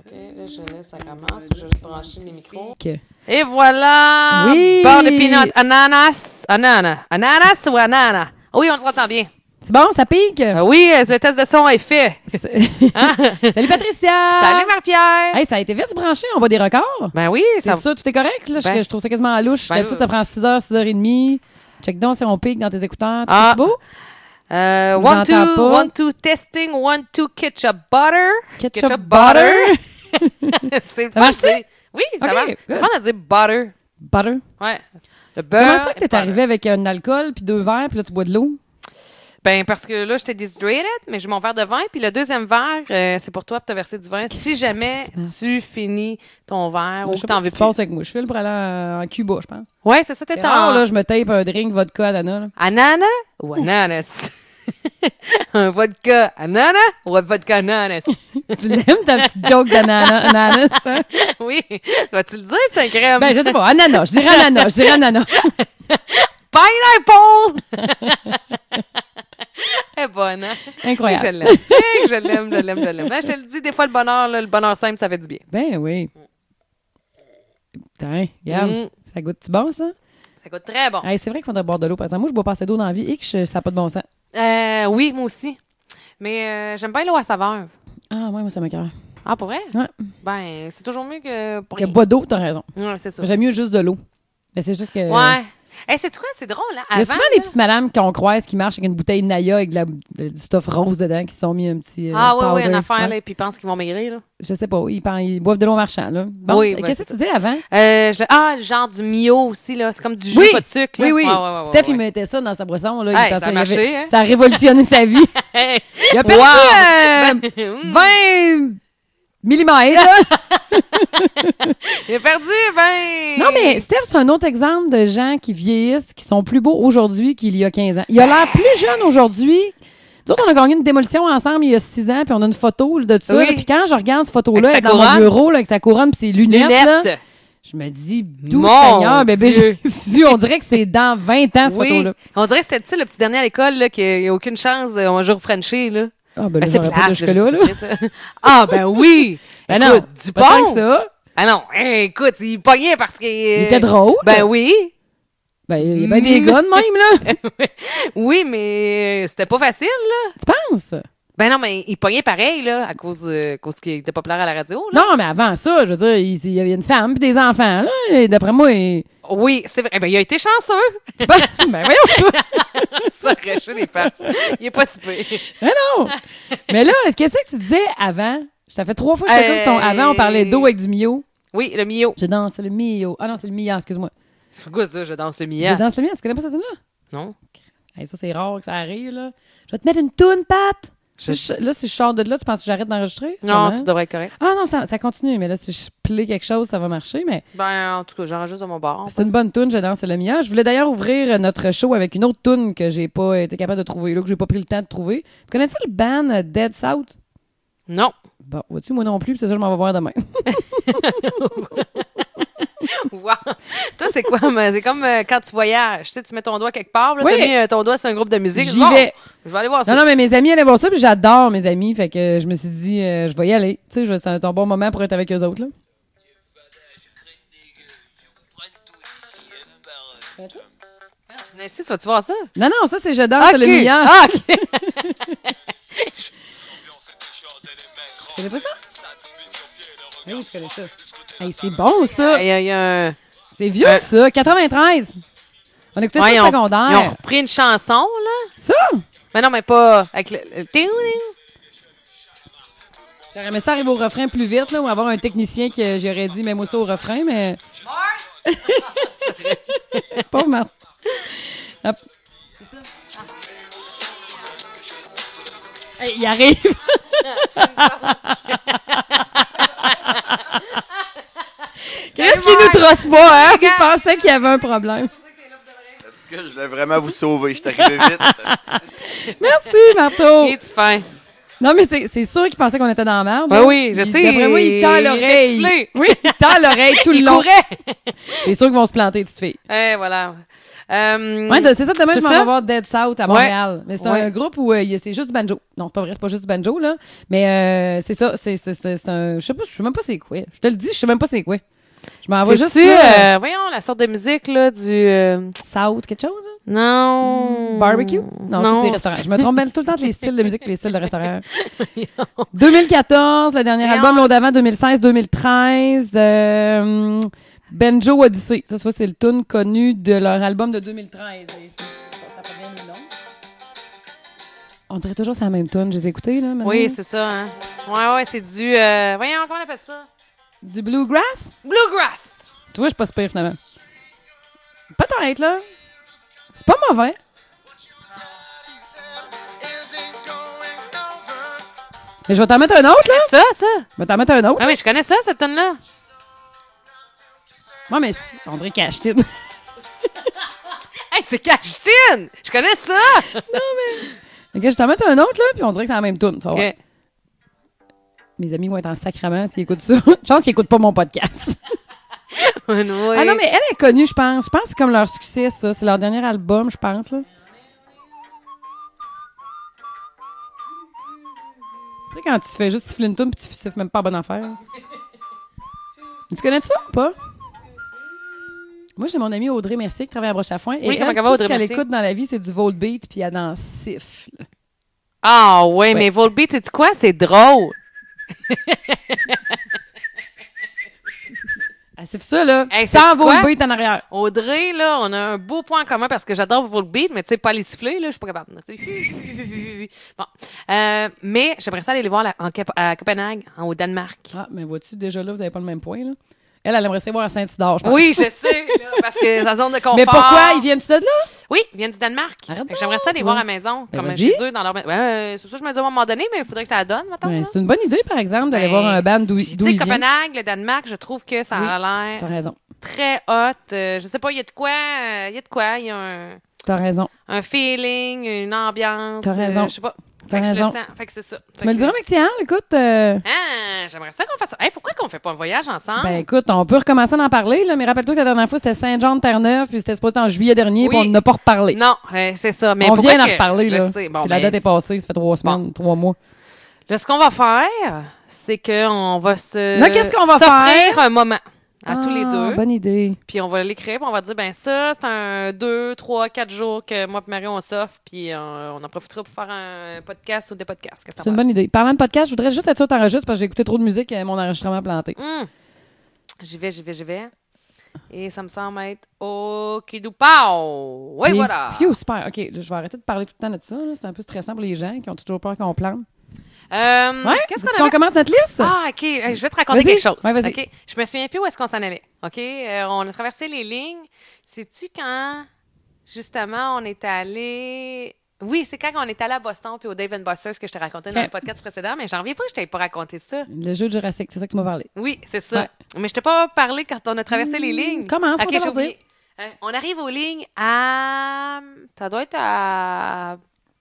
OK, là, je laisse, ça commence. Je vais juste brancher les micros. Ok. Et voilà! Oui! Beurre de peanut, ananas, ananas. Ananas ou ananas? Oui, on s'entend bien. C'est bon, ça pique? Euh, oui, euh, le test de son est fait. Hein? Salut Patricia! Salut, Marie-Pierre! Hey, ça a été vite branché, on bat des records. Ben oui, ça C'est sûr, tout est correct? Là? Je- Ben- je, trouve ça quasiment louche. Ben, D'habitude, ça prend 6h, 6h30. Check donc si on pique dans tes écouteurs. Ah. C'est beau? Euh, Tu nous one, two, entends pas? one, two, testing, one, two, ketchup butter. Ketchup c'est le Ça fun marche-tu? de dire- Oui, ça Ok, marche. good. C'est le fun de dire butter. Butter. Ouais. Le beurre. Comment ça que et t'es Ben, butter. arrivé avec un alcool puis deux verres puis là, tu bois de l'eau? Ben, parce que là, j'étais déshydrated, mais j'ai mon verre de vin. Puis le deuxième verre, euh, c'est pour toi pour te verser du vin. Si jamais tu finis ton verre ou je que sais t'en pas ce veux qui se plus. passe avec moi. Je file pour aller en, en Cuba, je pense. Ouais, c'est ça, t'es C'est rare, tard. là, je me tape un drink vodka ananas. là. Ananas ou ananas? Un vodka ananas ou un vodka ananas? tu l'aimes, ta petite joke d'ananas? ananas, hein? oui. Vas-tu le dire, c'est crème? Ben, je sais pas. Ananas. Je dirais ananas. Je dirais ananas. Pineapple! Elle est bonne, hein? Je Incroyable. l'aime. Hey, Je l'aime, je l'aime, je l'aime. Ben, je te le dis, des fois, le bonheur, là, le bonheur simple, ça fait du bien. Ben oui. Putain, regarde. Mm. Ça goûte-tu bon, ça? Ça goûte très bon. Hey, c'est vrai qu'il faudrait boire de l'eau. Par exemple, moi, je bois pas assez d'eau dans la vie et que je- ça n'a pas de bon sens. Euh, oui, moi aussi. Mais euh, j'aime bien l'eau à saveur. Ah, ouais, moi, ça m'écoeure. Ah, pour vrai? Ouais. Ben, c'est toujours mieux que pour Que rien. Pas d'eau, t'as raison. Ouais, c'est ça. J'aime mieux juste de l'eau. Mais c'est juste que. Ouais. Hey, c'est quoi? C'est drôle, hein? Il y a Avant, souvent des petites madames qu'on croise qui marchent avec une bouteille de Naya avec de la- de- du stuff rose dedans qui se sont mis un petit. euh, Ah oui, oui, powder. une affaire, Ouais. là, puis ils pensent qu'ils vont maigrir, là. Je sais pas. Ils, pen- ils boivent de l'eau marchand, là. Bon, Oui, ben, Qu'est-ce que c'est tu disais avant? Euh, je le- Ah, le genre du Mio aussi, là. C'est comme du jus, pas de sucre, là. Oui, oui. Ouais, ouais, ouais, Steph, ouais, il ouais. mettait ça dans sa boisson. Là, Il Hey, était ça en a train de- marché, hein? ça a révolutionné sa vie. Hey. Il a Wow! perdu euh, Mm. 20 millimètres. là. Il a perdu, ben! Non, mais Steph, c'est un autre exemple de gens qui vieillissent, qui sont plus beaux aujourd'hui qu'il y a 15 ans. Il a l'air Ben. plus jeune aujourd'hui. Nous autres, on a gagné une démolition ensemble il y a 6 ans, puis on a une photo là, de ça. Oui. là, Puis quand je regarde cette photo-là, Avec elle sa est dans mon couronne. bureau, là, avec sa couronne, puis ses lunettes, là, Lunettes! je me dis, d'où Mon Seigneur, bébé Dieu. Jésus, on dirait que c'est dans 20 ans, cette Oui. photo-là. On dirait que c'était le petit, le petit dernier à l'école, là, qu'il n'y a aucune chance, euh, un jour Frenchie, là. Ah, ben, Ben, là, c'est j'aurais pas plate, de là, jusque-là, là. je sais, Ah, ben oui! Ben non, Écoute, du pas tant bon. que ça. Ah non, hein, écoute, il pognait parce que... Il était drôle. Ben oui, Ben, il y a ben des gars de même, là. oui, mais euh, c'était pas facile, là. tu penses? Ben non, mais il pognait pareil, là, à cause, euh, à cause qu'il était populaire à la radio, là. Non, mais avant ça, je veux dire, il, il y avait une femme puis des enfants, là. Et d'après moi, il... Oui, c'est vrai. Ben, il a été chanceux. tu penses? ben voyons, toi. Ça aurait chaud des farces. Il est pas si pire. Mais non! Mais là, est-ce que c'est que tu disais avant? Je t'ai fait trois fois que je Euh, te ton avant, on parlait d'eau avec du Mio. Oui, le Mio. Je danse le Mio. Ah non, c'est le Mia, excuse-moi. C'est quoi ça, je danse le Je Mia? danse le Mia, tu connais pas cette tune-là? Non? Hey, ça, c'est rare que ça arrive, là. Je vais te mettre une toune, Pat! Je- Si je- Là, si je sors de là, tu penses que j'arrête d'enregistrer? Non, Sûrement. tu devrais être correct. Ah non, ça, ça continue, mais là, si je plais quelque chose, ça va marcher, mais Ben, en tout cas, j'enregistre à mon bar. Ah, C'est une bonne toune, je danse le mien. Je voulais d'ailleurs ouvrir euh, notre show avec une autre toune que j'ai pas été capable de trouver, là, que j'ai pas pris le temps de trouver. Tu connais-tu le band euh, Dead South? Non. Bon, vois-tu, moi non plus, puis c'est ça, je m'en vais voir demain. Wow. Toi, c'est quoi? mais C'est comme euh, quand tu voyages. Tu sais, tu mets ton doigt quelque part. Là, Oui. t'as mis euh, ton doigt sur un groupe de musique. J'y Bon, vais. Je vais aller voir ça. Non, non, mais mes amis allaient voir ça, puis j'adore mes amis, fait que euh, je me suis dit, euh, je vais y aller. Tu sais, je- c'est un, un bon moment pour être avec eux autres, là. Ah, tu viens ici, tu vas-tu voir ça? Non, non, ça, c'est je danse Ok. le mien. Ah, ok. Tu connais pas ça? Ah oui, tu connais ça. Hey, c'est bon, ça! Il y a, il y a un... C'est vieux, Euh. ça! 93! On écoutait Ouais, ils ça ont- au Ils ont secondaire. repris une chanson, là. Ça! Mais non, mais pas avec le... le- le- J'aurais aimé ça arriver au refrain plus vite, là, ou avoir un technicien qui, euh, j'aurais dit, mets-moi ça au refrain, mais. Pauvre Marthe. Hop. Hey, il arrive. Qu'est-ce qu'il nous trosse pas, hein? Je pensais qu'il y avait un problème. En tout cas, je voulais vraiment vous sauver. Je suis arrivé vite. Oh. Merci, Marteau. Et tu fin. Non, mais c'est c'est sûr qu'il pensait qu'on était dans la merde. Ben là. oui, je Il- sais, D'après moi, il tend il l'oreille. sifflait. Oui, il tend l'oreille tout le Il long. courait! C'est sûr qu'ils vont se planter, petite fille. Eh, voilà. Euh, Ouais, de- c'est ça, demain, C'est je m'en ça? vais voir Dead South à Ouais. Montréal. Mais c'est Ouais. un groupe où euh, il y a- c'est juste du banjo. Non, c'est pas vrai, c'est pas juste du banjo, là. Mais euh, c'est ça, c'est c'est- c'est- c'est un. Je sais pas, je sais même pas c'est quoi. Je te le dis, je sais même pas c'est quoi. Je m'en vais juste. C'est-tu, là, euh, voyons, la sorte de musique, là, du... euh, South, quelque chose, hein? Non... Mm, Barbecue? Hmm. Non, ça, c'est des restaurants. Je me trompe ben tout le temps entre les styles de musique et les styles de restaurants. 2014, le dernier Voyons. album, l'autre d'avant, 2016, 2013. euh, Benjo Odyssey. Ça, tu vois, c'est le tune connu de leur album de 2013. Et c'est- ça provient du nom. On dirait toujours c'est la même tune. Je les ai écoutées, là. maintenant. Oui, c'est ça, hein. Ouais, ouais, c'est du... euh, Voyons, comment on appelle ça? Du bluegrass? Bluegrass! Tu vois, je suis pas super finalement. Peut-être, là. C'est pas mauvais. Mais je vais t'en mettre un autre, là. Ça, ça! Je vais t'en mettre un autre. Ah oui, je connais ça, cette tonne-là. Moi, mais c'est- on dirait qu'elle a acheté. Hey, c'est Cachetine! Je connais ça! Ok, je vais t'en mettre un autre, là, puis on dirait que c'est la même tune. tu vas voir. Ok. Mes amis vont être en sacrament s'ils écoutent ça. Chance qu'ils écoutent pas mon podcast. Oui. Ah non, mais elle est connue, je pense. Je pense que c'est comme leur succès, ça. C'est leur dernier album, je pense, là. Tu sais, quand tu te fais juste siffler une tune puis tu siffles même pas la bonne affaire. Tu connais ça ou pas? Moi, j'ai mon amie Audrey Mercier qui travaille à Broche à Foin. Et Oui, comment elle, elle va, tout ce Audrey qu'elle Mercier? écoute dans la vie, c'est du Volbeat puis elle en siffle. Ah ouais, mais Volbeat, sais-tu quoi? C'est drôle. Elle siffle ça, là. Hey, sans sais-tu quoi? Volbeat en arrière. Audrey, là, on a un beau point en commun parce que j'adore Volbeat, mais tu sais, pas les siffler, là, je suis pas capable. Tu sais, Bon. Euh, mais j'aimerais ça aller les voir là, en Cap- à Copenhague, en- au Danemark. Ah, mais vois-tu, déjà là, vous n'avez pas le même point, là. Elle, elle aimerait se voir à Saint-Isidore, je pense. Oui, je sais, là, parce que sa zone de confort. Mais pourquoi? Ils viennent-tu de là? Oui, ils viennent du Danemark. Arrête Fait que J'aimerais ça les donc, voir toi. à la maison, Ben, comme vas-y. chez eux, dans leur. ma- Ouais, c'est ça, je me dis à un moment donné, mais il faudrait que ça la donne, maintenant. Ben, c'est une bonne idée, par exemple, d'aller Ben, voir un band d'où d'où Puis, ils tu sais, viennent. Copenhague, le Danemark, je trouve que ça a T'as l'air raison. très hot. Euh, je sais pas, il y a de quoi, euh, il y a de quoi, il y a un, T'as raison. un feeling, une ambiance. T'as raison. euh, je sais pas. T'as Fait que je le raison. sens. Fait que c'est ça. Tu me le diras, mec, tiens, écoute. euh, Ah, j'aimerais ça qu'on fasse ça. Hey, pourquoi qu'on fait pas un voyage ensemble? Ben écoute, on peut recommencer d'en parler, là, mais rappelle-toi que la dernière fois, c'était Saint-Jean-de-Terre-Neuve, puis c'était supposé être en juillet dernier, Oui. puis on n'a pas reparlé. non, euh, c'est ça. Mais on pourquoi vient d'en que- reparler, je là. sais. Bon, Puis la ben, date est passée, ça fait trois semaines, trois mois. Là, ce qu'on va faire, c'est qu'on va se. Là, qu'est-ce qu'on va s'offrir un moment à tous les Ah, deux. Bonne idée. Puis on va l'écrire, puis on va dire, ben ça, c'est un 2, 3, 4 jours que moi et Marie, on s'offre, puis euh, on en profitera pour faire un podcast ou des podcasts. Qu'est-ce que C'est une t'en bonne idée. Parlant de podcast, je voudrais juste être sûr que t'enregistres parce que j'ai écouté trop de musique et mon enregistrement a planté. penses? Hum. J'y vais, j'y vais, j'y vais. Et ça me semble être au Kidupao. Oui, Puis- voilà. Phew, super. OK, là, je vais arrêter de parler tout le temps de ça. là. C'est un peu stressant pour les gens qui ont toujours peur qu'on plante. Euh, Ouais? Hmm, Qu'est-ce Veux-tu qu'on avait? commence notre liste? Ah, OK. Hey, Je vais te raconter Vas-y. quelque chose. Ouais, vas-y. OK. Je me souviens plus où est-ce qu'on s'en allait. OK. Euh, on a traversé les lignes. Sais-tu quand, justement, on est allé. Oui, c'est quand on est allé à Boston puis au Dave and Buster's que je te racontais dans Ok. le podcast précédent, mais j'en reviens pas que je t'avais pas raconté ça. Le jeu de Jurassic, c'est ça que tu m'as parlé. Oui, c'est ça. Ouais. Mais je t'ai pas parlé quand on a traversé les Hmm, lignes. commence, OK, on va j'ai leur dire. oublié. Euh, on arrive aux lignes à. Ça doit être à.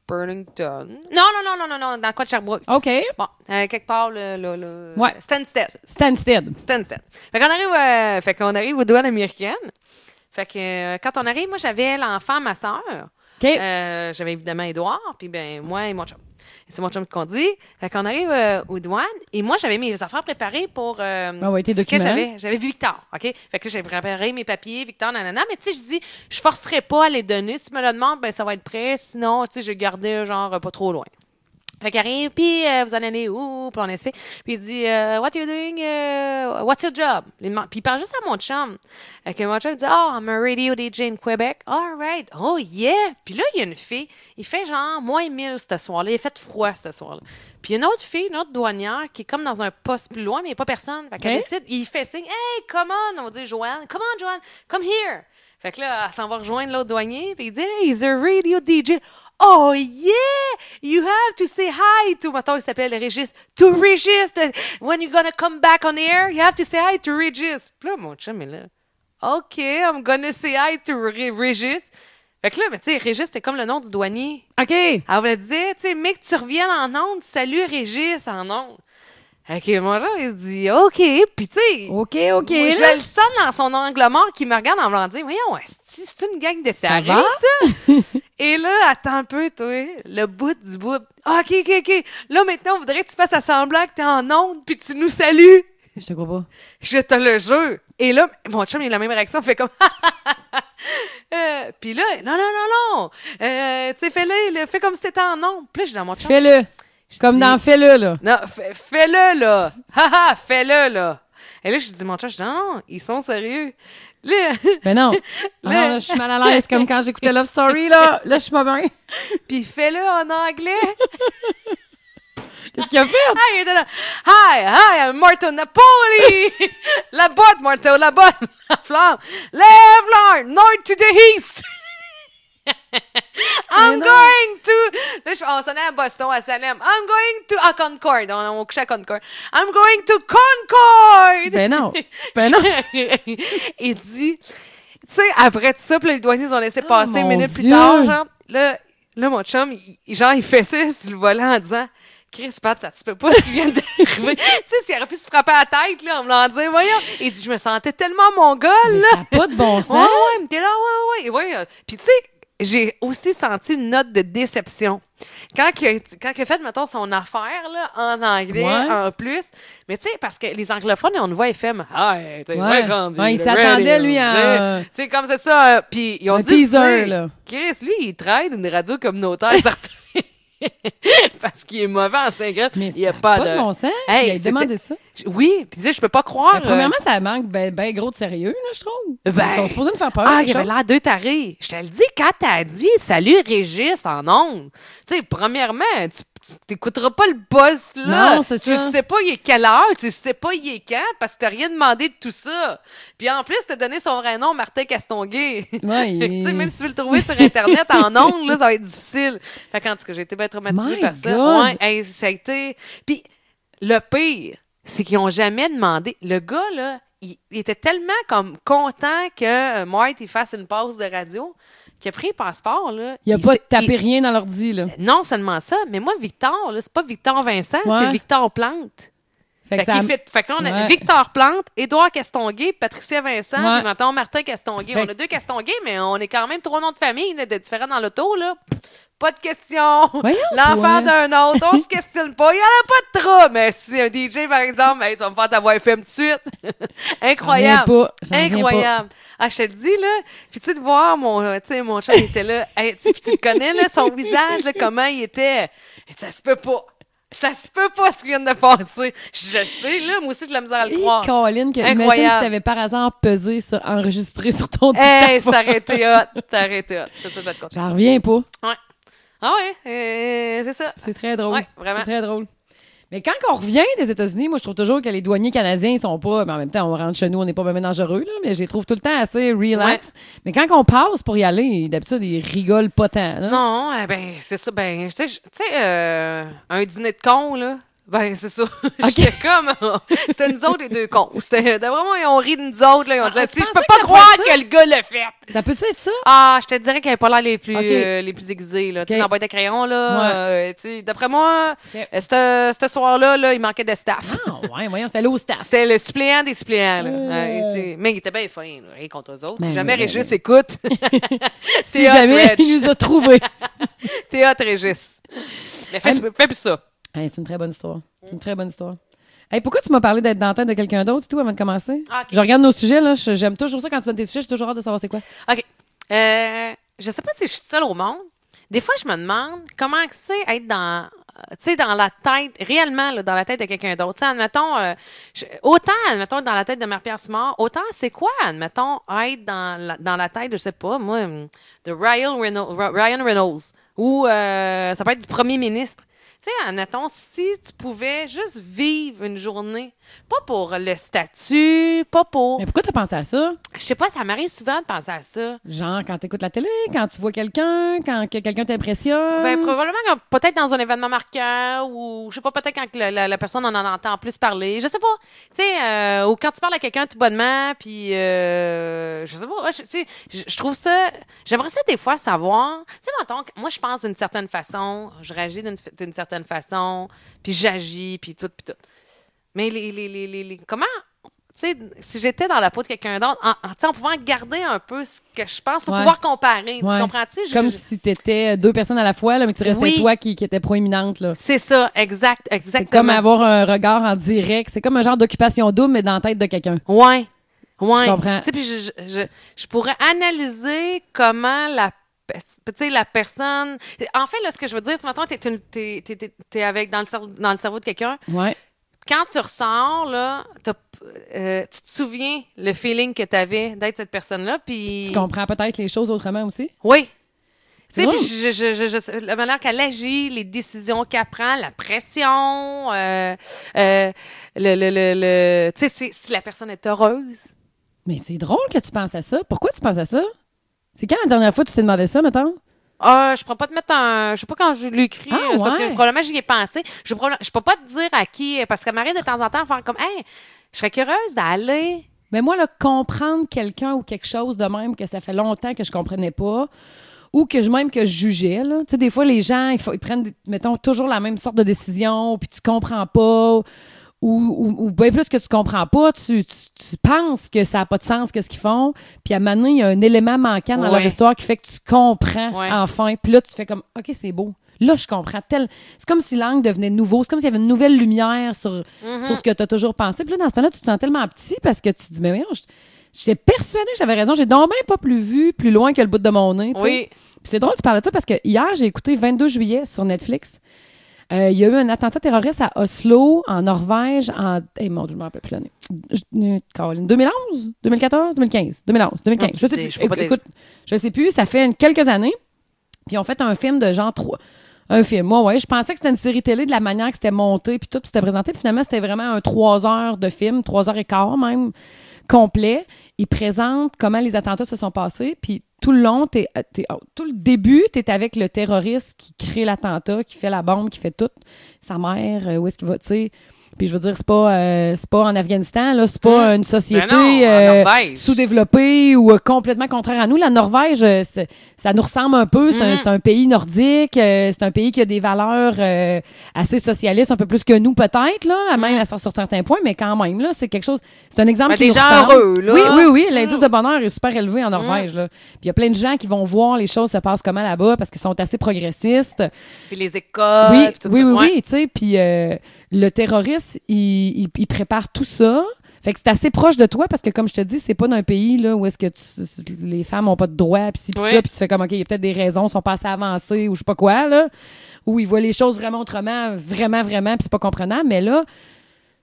Burlington. Non, non, non, non, non, non, dans le coin de Sherbrooke. OK. Bon, euh, quelque part, là, là, là. Ouais. Stansted. Stansted. Stansted. Fait qu'on arrive, euh, fait qu'on arrive aux douanes américaines. Fait que euh, quand on arrive, moi j'avais l'enfant, ma sœur. OK. Euh, j'avais évidemment Édouard, puis ben moi et mon chum. Et C'est mon chum qui conduit. Fait qu'on arrive euh, aux douanes et moi j'avais mes affaires préparées pour. euh, Ah ouais, tes sur lequel documents. J'avais, j'avais vu Victor, ok. Fait que là, j'ai préparé mes papiers, Victor, nanana. Mais tu sais, je dis, je forcerai pas à les donner. Si tu me le demandes, ben ça va être prêt. Sinon, tu sais, je gardais genre pas trop loin. Fait qu'il arrive, puis euh, vous en allez où? Puis on explique. Puis il dit, euh, What you doing? euh, what's your job? Il demande- Puis il parle juste à mon chum. Fait que mon chum dit, Oh, I'm a radio DJ in Quebec. All right. Oh, yeah. Puis là, il y a une fille. Il fait genre moins 1000 ce soir-là. Il a fait froid ce soir-là. Puis il y a une autre fille, une autre douanière qui est comme dans un poste plus loin, mais il n'y a pas personne. Fait qu'elle Hein? décide, il fait signe, Hey, come on. On dit, Joanne, come on, Joanne, come here. Fait que là, elle s'en va rejoindre l'autre douanier, puis il dit Hey, he's a radio DJ. Oh yeah! You have to say hi to. Mettons, il s'appelle Régis. To Régis! the- when you're gonna come back on air, you have to say hi to Régis. Puis là, mon chum est là. OK, I'm gonna say hi to Ré- Régis. Fait que là, mais tu sais, Régis, c'était comme le nom du douanier. OK. Elle voulait dire, tu sais, mec, tu reviennes en onde, salut Régis en onde. Fait que mon genre, il dit, OK, puis tu sais. OK, OK. moi, là. je le sens dans son angle mort qui me regarde en me disant Voyons, esti, c'est une gang de tarés, va? ça. Et là, attends un peu, toi, le bout du bout. Ah, OK, OK, OK. Là, maintenant, on voudrait que tu fasses à semblant que t'es en onde puis tu nous salues. Je te crois pas. Je te le jure. Et là, mon chum, il a la même réaction. Il fait comme. Euh, puis là, non, non, non, non. Euh, tu sais, fais-le, là, fais comme si t'étais en onde. Puis là, je dis à mon chum. Fais-le. je Comme dis, dans Fais-le, là. non, fais- fais-le, là. Ha ha, fais-le, là. Et là, je dis, mon chat, je dis, non, non, ils sont sérieux. Là, Ben non. Le- Ah non, là, je suis mal à l'aise, comme quand j'écoutais Love Story, là. Là, je suis pas bien. puis fais-le en anglais. Qu'est-ce qu'il a fait? Ah, il était là. Hi, hi, I'm Marto Napoli. la botte, Marto, la botte. La flamme. Left l'arm, north to the east. I'm Mais non. going to. oh, Là, je, on sonnait à Boston, à Salem. I'm going to. À Concord. On, on couchait à Concord. I'm going to Concord. Ben non. Ben non. il dit, tu sais, après tout ça, puis là, les douaniers ils ont laissé passer une Oh, mon minute plus Dieu! tard, genre, là, là, mon chum, il, genre, il fait ça sur le volant en disant, Chris Pat, ça se peut pas ce qui vient d'arriver. tu sais, s'il aurait pu se frapper à la tête, là, en me l'en disant, voyons. Il dit, je me sentais tellement mongol, Mais là. ça n'a pas de bon Ouais, ouais, sens. mais t'es là, ouais, ouais. Et ouais, euh, Puis tu sais, j'ai aussi senti une note de déception. Quand il a, quand il a fait, mettons, son affaire là, en anglais, Ouais. en plus. Mais tu sais, parce que les anglophones, on le voit FM. Ah, ouais, t'es Ouais. welcome, Ouais, il dude, s'attendait, ready, lui, on à- dit. Tu sais, comme c'est ça. euh, Puis ils ont Un dit. tu sais, teaser, là. Chris, lui, il trade une radio communautaire, certains. parce qu'il est mauvais en 5 Mais Il n'y a ça n'a pas, de. bon sens. Hey, il a c'était- demandé ça. Oui, puis tu sais, je peux pas croire. Ben, euh, premièrement, ça manque ben, ben gros de sérieux, là, je trouve. Ben- Ils sont supposés nous faire peur. Ah, quelque j'avais chose. l'air deux tarés. Je te le dis, quand t'as dit « Salut Régis » en ondes, tu sais, premièrement, tu tu- t'écouteras pas le boss, là. Non, c'est Tu ça. sais pas il est quelle heure, tu sais pas il est quand, parce que t'as rien demandé de tout ça. Puis en plus, t'as donné son vrai nom, Martin Castonguay. Ouais, Fait que, tu sais, il- même si tu veux le trouver sur Internet en ondes, là, ça va être difficile. Fait qu'en tout cas, j'ai été bien traumatisée My par ça. God! Ouais, hey, ça a été... Puis le pire, c'est qu'ils ont jamais demandé. Le gars, là, il, il était tellement comme content que euh, Mike, il fasse une pause de radio qu'il a pris le passeport, là. Il a pas s'est- tapé rien dans l'ordi, là. il- Non seulement ça, mais moi, Victor, là, c'est pas Victor Vincent, Ouais. c'est Victor Plante. Fait Fait que ça- qu'il fait, fait qu'on a Ouais. Victor Plante, Édouard Castonguay, Patricia Vincent, Ouais. puis maintenant Martin Castonguay. Fait- On a deux Castonguay, mais on est quand même trois noms de famille là, de différents dans l'auto, là. Pas de question. Voyons, L'enfant toi. d'un autre, on se questionne pas. Il n'y en a pas de trop. Mais si un DJ, par exemple, Hey, tu vas me faire ta voix FM tout de suite. J'en reviens Incroyable. pas, j'en reviens pas. Incroyable. Ah, je te le dis, là. Puis, tu sais, de voir mon, euh, tu sais, mon chat, il était là. Hey, tu, puis tu le connais, là, son visage, là, comment il était. Et ça se peut pas. Ça se peut pas ce qui vient de passer. Je sais, là, moi aussi, j'ai de la misère à le Et croire. Colin, que, Incroyable. imagine si t'avais par hasard pesé sur enregistré sur ton Hey, téléphone. ça aurait été hot. Ça aurait été hot. C'est ça, je vais te conter. J'en reviens pas. Ouais. Ah ouais, euh, c'est ça. C'est très drôle. Ouais, vraiment. C'est très drôle. Mais quand on revient des États-Unis, moi, je trouve toujours que les douaniers canadiens, ils sont pas. Mais en même temps, on rentre chez nous, on n'est pas même dangereux, là, mais je les trouve tout le temps assez relax. Mais quand on passe pour y aller, d'habitude, ils rigolent pas tant. là. Non, eh ben c'est ça. Ben, tu sais, je- tu sais, euh, un dîner de cons, là. Ben, c'est ça. J'étais comme. C'était nous autres, les deux cons. C'était de- vraiment, ils ont ri de nous autres, là. Ils ont Ah, dit, si, tu je pensais peux pas qu'après croire ça- que le gars l'a fait. Ça peut-tu être ça? Ah, je te dirais qu'il avait pas l'air les plus, Ok. euh, les plus aiguisés, là. Tu sais, Ok. dans la boîte à crayons, là. Ouais. euh, tu sais, d'après moi, Ok. euh, ce ce soir-là, là, il manquait de staff. Ah, ouais, voyons, c'était l'eau staff. C'était le suppléant des suppléants, là. Euh. Ouais, c'est- mais il était bien fin, là, rien contre eux autres. Ben, si jamais ben, Régis écoute, Si c'est hot, jamais Reg. il nous a trouvés. Théâtre Régis. Mais fais, fais plus ça. Hey, c'est une très bonne histoire. C'est une très bonne histoire. Hey, pourquoi tu m'as parlé d'être dans la tête de quelqu'un d'autre et tout avant de commencer? Ah, ok. Je regarde nos sujets, là. je- J'aime toujours ça quand tu donnes tes sujets, j'ai toujours hâte de savoir c'est quoi. OK. Euh, je sais pas si je suis seule au monde. Des fois, je me demande comment que c'est être dans, euh, tu sais, dans la tête, réellement, là, dans la tête de quelqu'un d'autre. Tu sais, admettons, euh, je- autant, admettons, dans la tête de Marie-Pierre Simard, autant c'est quoi, admettons, être dans la, dans la tête, je sais pas, moi, hum, de Ryan Reynolds, Ra- Ryan Reynolds ou euh, ça peut être du premier ministre. Tu sais, admettons, si tu pouvais juste vivre une journée, pas pour le statut, pas pour. Mais pourquoi t'as pensé à ça? Je sais pas, ça m'arrive souvent de penser à ça. Genre, quand t'écoutes la télé, quand tu vois quelqu'un, quand que quelqu'un t'impressionne. Ben, probablement, quand- peut-être dans un événement marquant ou, je sais pas, peut-être quand que la, la- la personne en entend plus parler. Je sais pas. Tu sais, euh, ou quand tu parles à quelqu'un tout bonnement, puis euh, je sais pas. ouais, je- tu sais, je je trouve ça. J'aimerais ça des fois savoir. Tu sais, mettons, que moi, je pense d'une certaine façon, je réagis d'une f- d'une certaine façon, puis j'agis, puis tout, puis tout. Mais les, les, les, les, les- comment. Tu sais, si j'étais dans la peau de quelqu'un d'autre, en, en, tu sais, en pouvant garder un peu ce que je pense pour Ouais. pouvoir comparer. Ouais. Tu comprends-tu? Je- Comme je- si t'étais deux personnes à la fois, là, mais que tu restais Oui. toi qui, qui était proéminente. Là. C'est ça, exact, C'est comme exactement. avoir un regard en direct. C'est comme un genre d'occupation double, mais dans la tête de quelqu'un. Ouais. Ouais. Je comprends. Tu sais, puis je, je, je, je pourrais analyser comment la pe- tu sais, la personne. En fait, là, ce que je veux dire, c'est maintenant, t'es, une- t'es, t'es, t'es- t'es avec dans le, cerveau, dans le cerveau de quelqu'un. Ouais. Quand tu ressors, là, t'as- euh, tu te souviens le feeling que t'avais d'être cette personne-là. Puis. Tu comprends peut-être les choses autrement aussi. Oui. Tu C'est sais, drôle. puis je, je, je, je- la manière qu'elle agit, les décisions qu'elle prend, la pression, euh, euh, le, le, le, le- tu sais, si- si la personne est heureuse. Mais c'est drôle que tu penses à ça. Pourquoi tu penses à ça? C'est quand la dernière fois tu t'es demandé ça, mettons? Ah, je pourrais pas te mettre un. Je sais pas quand je l'écris, Ah, euh, parce que ouais. probablement j'y ai pensé. Je, proba- je peux pas te dire à qui, euh, parce qu'elle m'arrive de temps en temps à faire comme, hey, je serais curieuse d'aller. Mais Ben, moi, là, comprendre quelqu'un ou quelque chose de même que ça fait longtemps que je comprenais pas, ou que je même que je jugeais, là. Tu sais, des fois, les gens, ils, font- ils prennent, des- mettons, toujours la même sorte de décision, puis tu comprends pas, ou, ou, ou bien plus que tu comprends pas, tu, tu, tu penses que ça n'a pas de sens, qu'est-ce qu'ils font, puis à un moment donné, il y a un élément manquant dans leur Ouais. histoire qui fait que tu comprends, Ouais. enfin. Puis là, tu fais comme, OK, c'est beau. Là, je comprends tel. C'est comme si l'angle devenait nouveau. C'est comme s'il y avait une nouvelle lumière sur, Mhm. sur ce que tu as toujours pensé. Puis là, dans ce temps-là, tu te sens tellement petit parce que tu te dis, mais voyons, je- j'étais persuadée que j'avais raison. J'ai donc bien pas plus vu, plus loin que le bout de mon nez. tu sais. Oui. Puis c'est drôle, que tu parles de ça parce que hier, j'ai écouté 22 juillet sur Netflix. Euh, il y a eu un attentat terroriste à Oslo, en Norvège, en. Eh mon Dieu, je m'en rappelle plus l'année. Je- euh, Colin, 2011, 2014, 2015, 2011, 2015. Ah, je sais putain, plus. je peux pas Écoute, écoute, je sais plus. Ça fait une- quelques années. Puis ils ont fait un film de genre trois. Un film. Moi, ouais. Je pensais que c'était une série télé de la manière que c'était monté, puis tout, puis c'était présenté. Puis finalement, c'était vraiment un trois heures de film, trois heures et quart même, complet. Ils présentent comment les attentats se sont passés. Puis tout le long, t'es, t'es- oh, tout le début, t'es avec le terroriste qui crée l'attentat, qui fait la bombe, qui fait tout. Sa mère, euh, où est-ce qu'il va, tu sais. Puis je veux dire, c'est pas, euh, c'est pas en Afghanistan, là, c'est pas une Ben société non, en euh, Norvège. sous-développée ou euh, complètement contraire à nous. La Norvège, euh, c'est- ça nous ressemble un peu. C'est, un, Mhm. c'est un pays nordique, euh, c'est un pays qui a des valeurs euh, assez socialistes, un peu plus que nous peut-être, là, à même à, cer- sur certains points, mais quand même, là, c'est quelque chose. C'est un exemple Ben, qui Mm. des nous gens ressemble. heureux, là. Mm. Oui, oui, oui. L'indice de bonheur est super élevé en Norvège, là. Puis il y a plein de gens qui vont voir les choses se passent comment là-bas parce qu'ils sont assez progressistes. Puis les écoles. Oui, puis tout oui, ça. oui, Ouais. oui, tu sais, puis euh, le terroriste, il, il- il prépare tout ça. Fait que c'est assez proche de toi parce que, comme je te dis, c'est pas d'un pays là, où est-ce que tu- les femmes ont pas de droit, puis ci, puis Oui. ça, puis tu fais comme, OK, il y a peut-être des raisons, sont pas assez avancées ou je sais pas quoi, là, où ils voient les choses vraiment autrement, vraiment, vraiment, puis c'est pas comprenant. Mais là,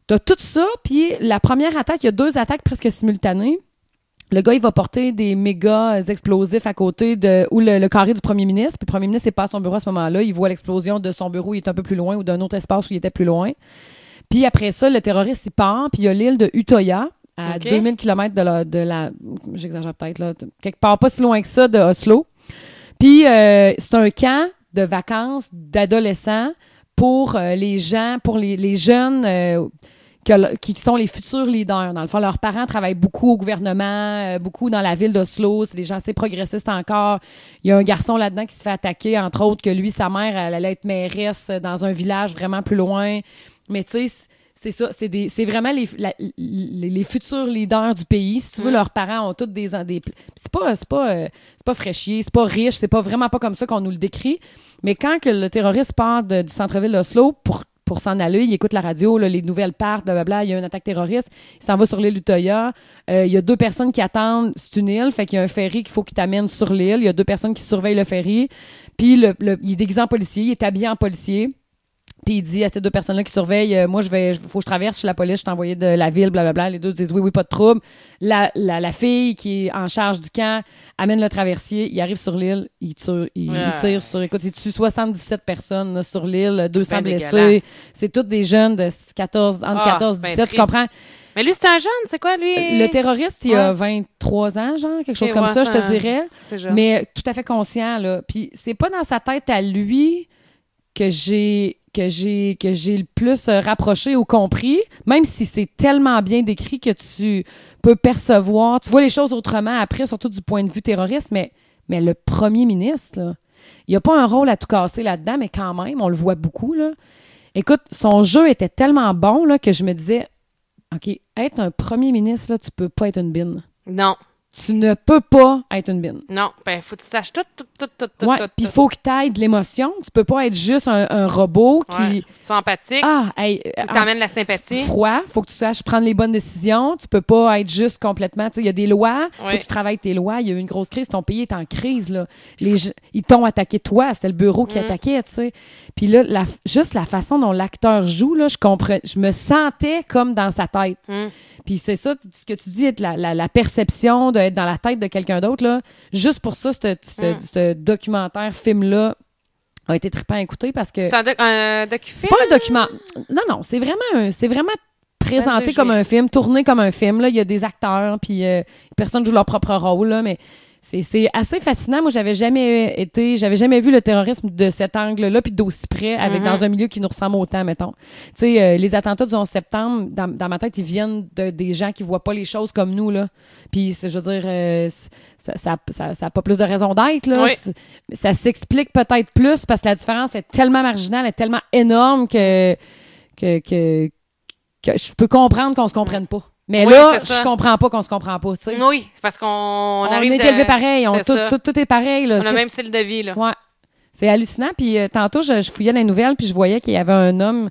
t'as tout ça, puis la première attaque, il y a deux attaques presque simultanées. Le gars, il va porter des méga euh, explosifs à côté de ou le, le carré du premier ministre. Puis le premier ministre, c'est pas à son bureau à ce moment-là. Il voit l'explosion de son bureau, il est un peu plus loin, ou d'un autre espace où il était plus loin. Puis après ça, le terroriste, il part, puis il y a l'île de Utoya, à Ok. 2000 km de la, de la- J'exagère peut-être, là. Quelque part pas si loin que ça de Oslo. Puis euh, c'est un camp de vacances d'adolescents pour euh, les gens, pour les, les jeunes euh, que le- qui sont les futurs leaders. Dans le fond, leurs parents travaillent beaucoup au gouvernement, euh, beaucoup dans la ville d'Oslo. C'est des gens assez progressistes encore. Il y a un garçon là-dedans qui se fait attaquer, entre autres, que lui, sa mère, elle allait être mairesse dans un village vraiment plus loin. Mais tu sais, c'est- c'est ça, c'est des- c'est vraiment les, la- les, les futurs leaders du pays. Si tu veux, Mm. leurs parents ont tous des... des puis c'est pas, c'est pas, euh, c'est pas fraîchier, c'est pas riche, c'est pas vraiment pas comme ça qu'on nous le décrit. Mais quand que le terroriste part de- du centre-ville d'Oslo pour, pour s'en aller, il écoute la radio, là, les nouvelles partent, blablabla, il y a une attaque terroriste, il s'en va sur l'île Utoya, euh, il y a deux personnes qui attendent, c'est une île, fait qu'il y a un ferry qu'il faut qu'il t'amène sur l'île, il y a deux personnes qui surveillent le ferry, puis le, le- il est déguisé en policier, il est habillé en policier. Puis il dit à ces deux personnes-là qui surveillent, euh, moi, je vais, je- faut que je traverse, je suis la police, je suis envoyée de la ville, blablabla. Les deux disent, oui, oui, pas de trouble. La, la, la fille qui est en charge du camp amène le traversier, il arrive sur l'île, il tire, il, il Ouais. tire sur, écoute, il tue 77 personnes là, sur l'île, 200 Ben blessés. dégueulasse. C'est tous des jeunes de 14, entre Ah, 14 c'est ben 17, tu triste. comprends? Mais lui, c'est un jeune, c'est quoi, lui? Le terroriste, il a 23 ans, genre, quelque chose Et comme ouais, ça, je ça- te dirais. C'est jeune. Mais tout à fait conscient, là. Puis c'est pas dans sa tête à lui que j'ai que j'ai que j'ai le plus euh, rapproché ou compris, même si c'est tellement bien décrit que tu peux percevoir, tu vois les choses autrement après, surtout du point de vue terroriste, mais mais le premier ministre, là, il a pas un rôle à tout casser là-dedans, mais quand même, on le voit beaucoup là. Écoute, son jeu était tellement bon là que je me disais, ok, être un premier ministre là, tu peux pas être une bine, Non, tu ne peux pas être une bine. non. Ben, faut que tu saches tout, tout, tout, tout, tout, Ouais, tout. puis il tout. faut que tu ailles de l'émotion. Tu peux pas être juste un, un robot qui. Ouais. Faut que tu sois empathique, Ah, hey, euh, faut que t'emmènes la sympathie. froid, faut que tu saches prendre les bonnes décisions. Tu peux pas être juste complètement. tu sais, Il y a des lois, faut Ouais. que tu travailles tes lois. Il y a eu une grosse crise, ton pays est en crise. Là. Les, gens- ils t'ont attaqué toi, c'était le bureau qui Mm. attaquait. tu sais. Puis là, la, juste la façon dont l'acteur joue, là, je, comprends, je me sentais comme dans sa tête. Mm. Puis c'est ça, t- ce que tu dis, être la, la, la perception d'être dans la tête de quelqu'un d'autre, là. Juste pour ça, ce, ce- Mm. ce documentaire, film-là, a été trippant à écouter parce que C'est un, doc un c'est docu-film? pas un document. Non, non, c'est vraiment un- c'est vraiment présenté 22 comme juillet. un film, tourné comme un film. Là. Il y a des acteurs, puis euh, personne joue leur propre rôle, là, mais c'est- c'est assez fascinant. Moi, j'avais jamais été, j'avais jamais vu le terrorisme de cet angle-là, puis d'aussi près, avec Mhm. dans un milieu qui nous ressemble autant, mettons. Tu sais, euh, les attentats du 11 septembre, dans, dans ma tête, ils viennent de, des gens qui voient pas les choses comme nous, là. Puis, c'est- je veux dire, euh, c'est- ça n'a ça, ça, ça a pas plus de raison d'être, là. Oui. C'est- mais Ça s'explique peut-être plus parce que la différence est tellement marginale, est tellement énorme que, que, que, que je peux comprendre qu'on se comprenne pas. Mais Oui, là, c'est ça. je comprends pas qu'on se comprend pas, tu sais. Oui, c'est parce qu'on on On, arrive est de- élevé pareil, on, c'est tout, ça. tout, tout est pareil, là. On a le Qu'est-ce- même style de vie, là. Ouais. C'est hallucinant. Puis euh, tantôt, je, je fouillais les nouvelles, puis je voyais qu'il y avait un homme.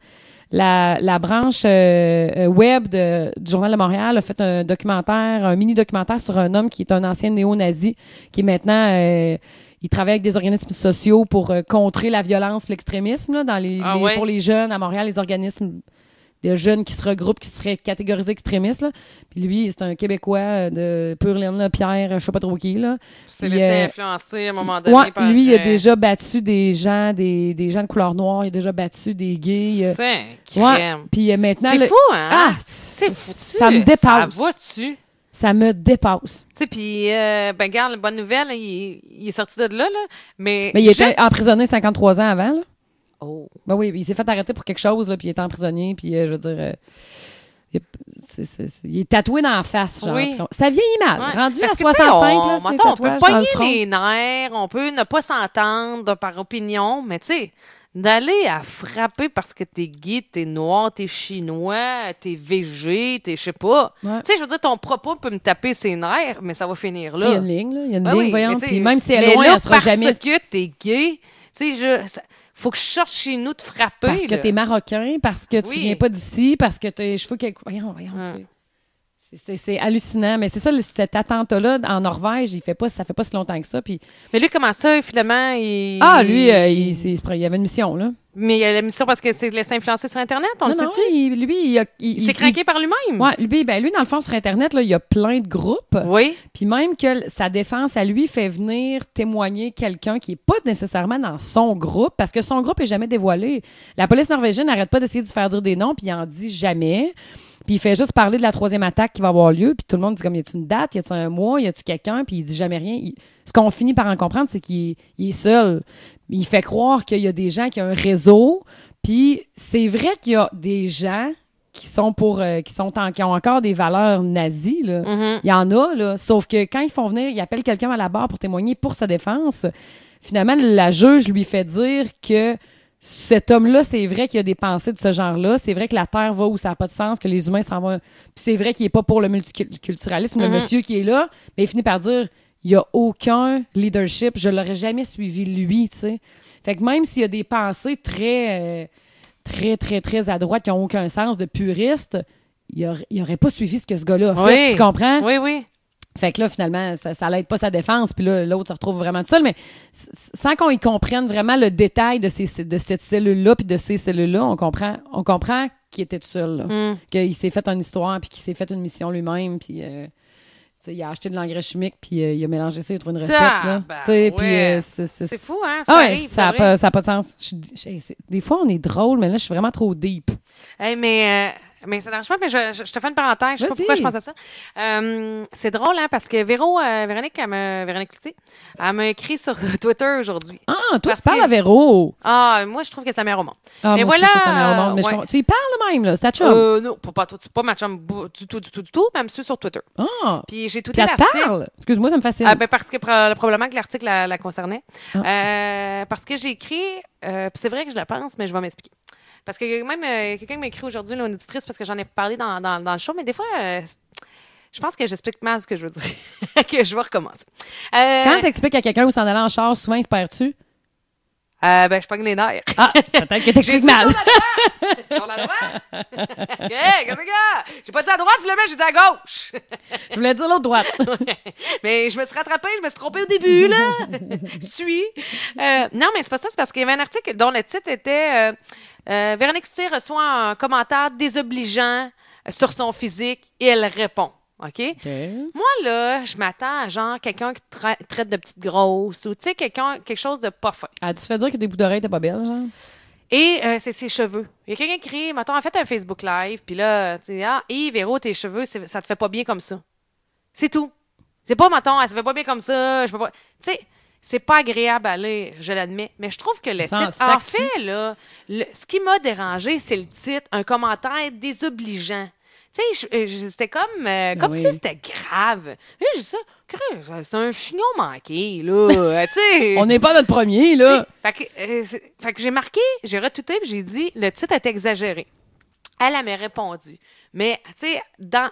La, la branche euh, euh, web de- du Journal de Montréal a fait un documentaire, un mini-documentaire sur un homme qui est un ancien néo-nazi, qui est maintenant... euh, il travaille avec des organismes sociaux pour euh, contrer la violence, l'extrémisme là, dans les, Ah les- ouais? pour les jeunes à Montréal, les organismes de jeunes qui se regroupent, qui seraient catégorisés extrémistes. Là. Puis lui, c'est un Québécois euh, de Purlin, là, Pierre, je sais pas trop qui. Là. Puis C'est il, laissé euh, influencer à un moment donné. Ouais, par- lui, il a euh, déjà battu des gens, des, des gens de couleur noire, il a déjà battu des gays. euh, C'est ouais. crème. Puis euh, maintenant. C'est le- fou, hein? Ah! c'est ça- foutu. Ça me Ça dépasse. Ça, va-tu? Tu me dépasse. sais, puis, euh, ben, garde, la bonne nouvelle, il, il est sorti de là, là. Mais, Mais il était juste- emprisonné 53 ans avant, là. Oh. Ben oui, il s'est fait arrêter pour quelque chose, là, puis il était emprisonné, puis euh, je veux dire. euh, il, c'est- c'est- c'est- il est tatoué dans la face, genre. Oui. tu comprends? Ça vieillit mal. Ouais. Ah, Rendu à Parce que, tu sais, 65, on, là, c'est des mettons, on peut tatouages dans le pogner front. les nerfs, on peut ne pas s'entendre par opinion, mais tu sais, d'aller à frapper parce que t'es gay, t'es noir, t'es chinois, t'es VG, t'es je sais pas. Ouais. Tu sais, je veux dire, ton propos peut me taper ses nerfs, mais ça va finir Il y a là. une ligne, là. Il y a une Ah ligne, oui, voyons. mais tu sais, Puis même si elle mais est loin, là, elle sera parce jamais. que t'es gay, tu sais, je, ça- faut que je sorte chez nous de frapper. Parce que là. t'es marocain, parce que tu Oui. viens pas d'ici, parce que tes cheveux quelque... Voyons, voyons. Hum. tu sais. C'est- c'est- C'est hallucinant, mais c'est ça, le- cet attentat-là en Norvège, il fait pas, ça fait pas si longtemps que ça. Puis... Mais lui, comment ça, finalement, il... Ah, lui, euh, il, s'est- il se pre- il avait une mission, là. Mais il a la mission parce que c'est de laisser influencer sur Internet, on le non, non, sait-tu? il- lui, il, a- il- Il s'est il- craqué par lui-même. il- ouais, lui, ben, lui, dans le fond, sur Internet, là, il y a plein de groupes. Oui. Puis même que l- sa défense à lui fait venir témoigner quelqu'un qui est pas nécessairement dans son groupe, parce que son groupe est jamais dévoilé. La police norvégienne n'arrête pas d'essayer de se faire dire des noms, puis il en dit jamais. Puis il fait juste parler de la troisième attaque qui va avoir lieu, puis tout le monde dit comme y a-tu une date, y a-tu un mois, y a-tu quelqu'un, puis il dit jamais rien. Il- Ce qu'on finit par en comprendre, c'est qu'il est- il est seul. Il fait croire qu'il y a des gens qui ont un réseau, puis c'est vrai qu'il y a des gens qui sont pour euh, qui sont en- qui ont encore des valeurs nazies là. Mhm. Il y en a, là. Sauf que quand ils font venir, ils appellent quelqu'un à la barre pour témoigner pour sa défense. Finalement, la juge lui fait dire que cet homme-là, c'est vrai qu'il a des pensées de ce genre-là. C'est vrai que la Terre va où ça n'a pas de sens, que les humains s'en vont. Puis c'est vrai qu'il n'est pas pour le multiculturalisme, le Mhm. monsieur qui est là. Mais il finit par dire il n'y a aucun leadership. Je l'aurais jamais suivi, lui, tu sais. Fait que même s'il y a des pensées très, euh, très, très, très à droite qui n'ont aucun sens de puriste, il n'aurait pas suivi ce que ce gars-là a fait. Oui. Tu comprends? Oui, oui. Fait que là, finalement, ça, ça l'aide pas sa défense, puis là, l'autre se retrouve vraiment tout seul. Mais s- sans qu'on y comprenne vraiment le détail de, ces, de cette cellule-là, puis de ces cellules-là, on comprend, on comprend qu'il était tout seul. là. Hum. Qu'il s'est fait une histoire, puis qu'il s'est fait une mission lui-même, puis euh, tu sais, il a acheté de l'engrais chimique, puis euh, il a mélangé ça, il a trouvé une recette. là. Tabarouette. Tu sais, puis euh, c'est- c'est- Ah, ben C'est fou, hein? Ah ouais, arrive, ça n'a pour vrai. pas, ça a pas de sens. Je suis- je- c'est- des fois, on est drôle, mais là, je suis vraiment trop deep. Hey, mais, euh, mais ça dérange pas, mais je, je- je te fais une parenthèse. Je sais pas Vas-y. pourquoi je pense à ça. Euh, c'est drôle, hein, parce que Véro, euh, Véronique, elle me, Véronique Cloutier, elle m'a écrit sur Twitter aujourd'hui. Ah, toi, Parce tu parles que- à Véro. Ah, moi, je trouve que ça m'est roman. Ah, Mais moi aussi, voilà, je trouve ça meilleur au monde, mais je ouais. comprends- Tu y parles même, là. C'est ta chum. Euh, non, pas, pas, tout- pas ma chum bou- du tout, du tout, du tout, mais elle me suit sur Twitter. Ah, Puis j'ai tout puis elle te l'article. parle. Excuse-moi, ça me fascine. Ah, ben, parce que pro- probablement que l'article la, la concernait. Hmm. Ah. Euh, parce que j'ai écrit, euh, puis c'est vrai que je le pense, mais je vais m'expliquer. Parce que même euh, quelqu'un m'a écrit aujourd'hui, là, une auditrice, parce que j'en ai parlé dans, dans- dans le show, mais des fois, euh, je pense que j'explique mal ce que je veux dire. que je vais recommencer. Euh, Quand t'expliques à quelqu'un où s'en aller en char, souvent, il se perd-tu? euh, ben, je pogne les nerfs. Ah, peut-être que J'ai t'expliques dit mal. Sur la droite! OK, qu'est-ce que c'est que? J'ai pas dit à droite, finalement, j'ai dit à gauche! Je voulais dire l'autre droite. Mais je me suis rattrapée, je me suis trompée au début, là. Suis. Euh, non, mais c'est pas ça, c'est parce qu'il y avait un article dont le titre était euh, euh, Véronique Coutier reçoit un commentaire désobligeant sur son physique et elle répond. OK? Moi, là, je m'attends à genre quelqu'un qui tra- traite de petite grosse ou, tu sais, quelqu'un, quelque chose de pas fin. Ah, tu te fais dire que tes bouts d'oreilles, t'es pas belle, genre? Et euh, c'est ses cheveux. Il y a quelqu'un qui crie, mettons, en fait un Facebook Live, puis là, tu sais, ah, Yves, Véro, tes cheveux, c'est- ça te fait pas bien comme ça. C'est tout. C'est pas, mettons, Ah, ça fait pas bien comme ça, je peux pas. Tu sais, c'est pas agréable à lire, je l'admets, mais je trouve que le Ça en titre. En sacre-tu? fait, là, le- ce qui m'a dérangé, c'est le titre, un commentaire désobligeant. Tu sais, je- je- c'était comme, euh, Ben comme oui. si c'était grave. Là, j'ai dit ça, Creux, c'est un chignon manqué, là. tu sais. On n'est pas notre premier, là. Fait que, euh, c'est- fait que j'ai marqué, j'ai retweeté, puis j'ai dit le titre est exagéré. Elle, elle m'a répondu. Mais, tu sais, dans...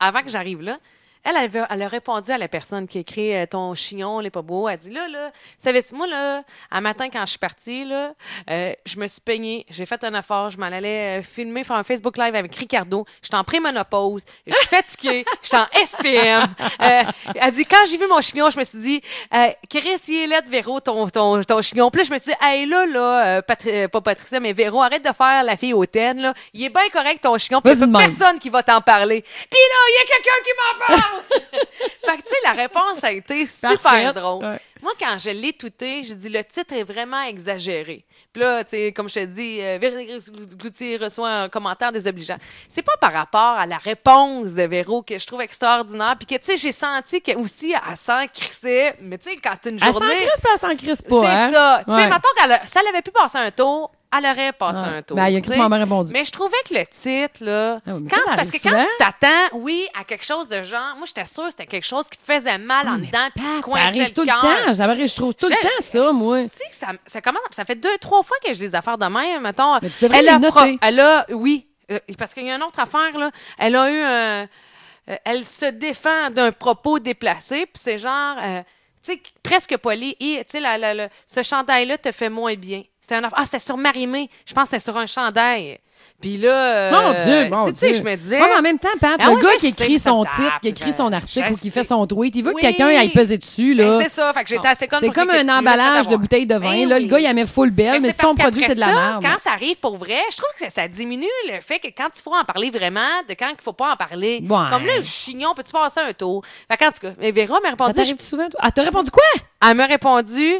avant que j'arrive là, elle, elle, avait- elle a répondu à la personne qui écrit euh, Ton chignon, il est pas beau. Elle dit Là, là, savais-tu, moi, là, un matin, quand je suis partie, là, euh, je me suis peignée, j'ai fait un effort, je m'en allais euh, filmer, faire un Facebook Live avec Ricardo. J'étais en prémonopause, je suis fatiguée, j'étais en SPM. Euh, elle dit Quand j'ai vu mon chignon, je me suis dit euh, Chris, il est laid, Véro, ton, ton, ton chignon. Puis là, je me suis dit Hey, là, là, euh, Patri- euh, pas Patricia, mais Véro, arrête de faire la fille hautaine, là. Il est bien correct, ton chignon. Puis il y a Vas-y de même. personne qui va t'en parler. Puis là, il y a quelqu'un qui m'en parle. fait que, tu sais, la réponse a été super Parfaite. drôle. Ouais. Moi, quand je l'ai touté, j'ai dit le titre est vraiment exagéré. Puis là, tu sais, comme je te dis, euh, Véronique Cloutier reçoit un commentaire désobligeant. C'est pas par rapport à la réponse de Véro que je trouve extraordinaire. Puis que, tu sais, j'ai senti que aussi, elle s'en crissait. Mais tu sais, quand t'as une Elle s'en journée. crispe, elle s'en crispe C'est pas, hein? ça. Tu sais, Ouais. mettons qu'elle a- si elle avait pu passer un tour, elle aurait passé Ouais. un tour. Ben, il y a tu sais. Christophe m'a répondu. Mais je trouvais que le titre, là, Ah oui, mais quand, ça, ça parce que arrive quand souvent. tu t'attends, oui, à quelque chose de genre, moi, j'étais sûre que c'était quelque chose qui te faisait mal en dedans, puis qui te Ah, Ça coinçait arrive tout le cœur. temps. Ça arrive, je trouve tout le Je- temps, ça, moi. Tu sais, ça, ça commence, ça fait deux, trois fois que je les affaires de même, mettons. Mais tu devrais elle a, les pro- noter. elle a, oui, euh, parce qu'il y a une autre affaire, là. Elle a eu un, euh, elle se défend d'un propos déplacé, puis c'est genre, euh, tu sais, presque poli. Et, tu sais, la- la- la- ce chandail-là te fait moins bien. C'est un aff- ah, c'était sur Marimé. Je pense que c'est sur un chandail. Puis là, euh, Mon Dieu, mon tu sais, Dieu. je me disais, Ouais, mais en même temps, Pat, Ah le ouais, gars je qui sais écrit que ça son tape, titre, qui écrit son je article ou qui sais. fait son tweet, il veut Oui. que quelqu'un aille peser dessus, là. Ben, c'est ça. Fait que j'étais assez conne C'est pour comme cliquer un dessus, mais ça emballage de d'avoir. bouteille de vin. Ben là, oui. le gars, il a mis full belle, Mais mais c'est parce son produit, qu'après c'est de la ça, merde. Quand ça arrive pour vrai, je trouve que ça, ça diminue le fait que quand il faut en parler vraiment, de quand il faut pas en parler. Ouais. Comme là, le chignon, peux-tu passer un tour? Fait qu'en tout cas, mais Véra m'a Ça répondu. t'arrive souvent, toi? Ah, t'as répondu quoi? je- elle m'a répondu.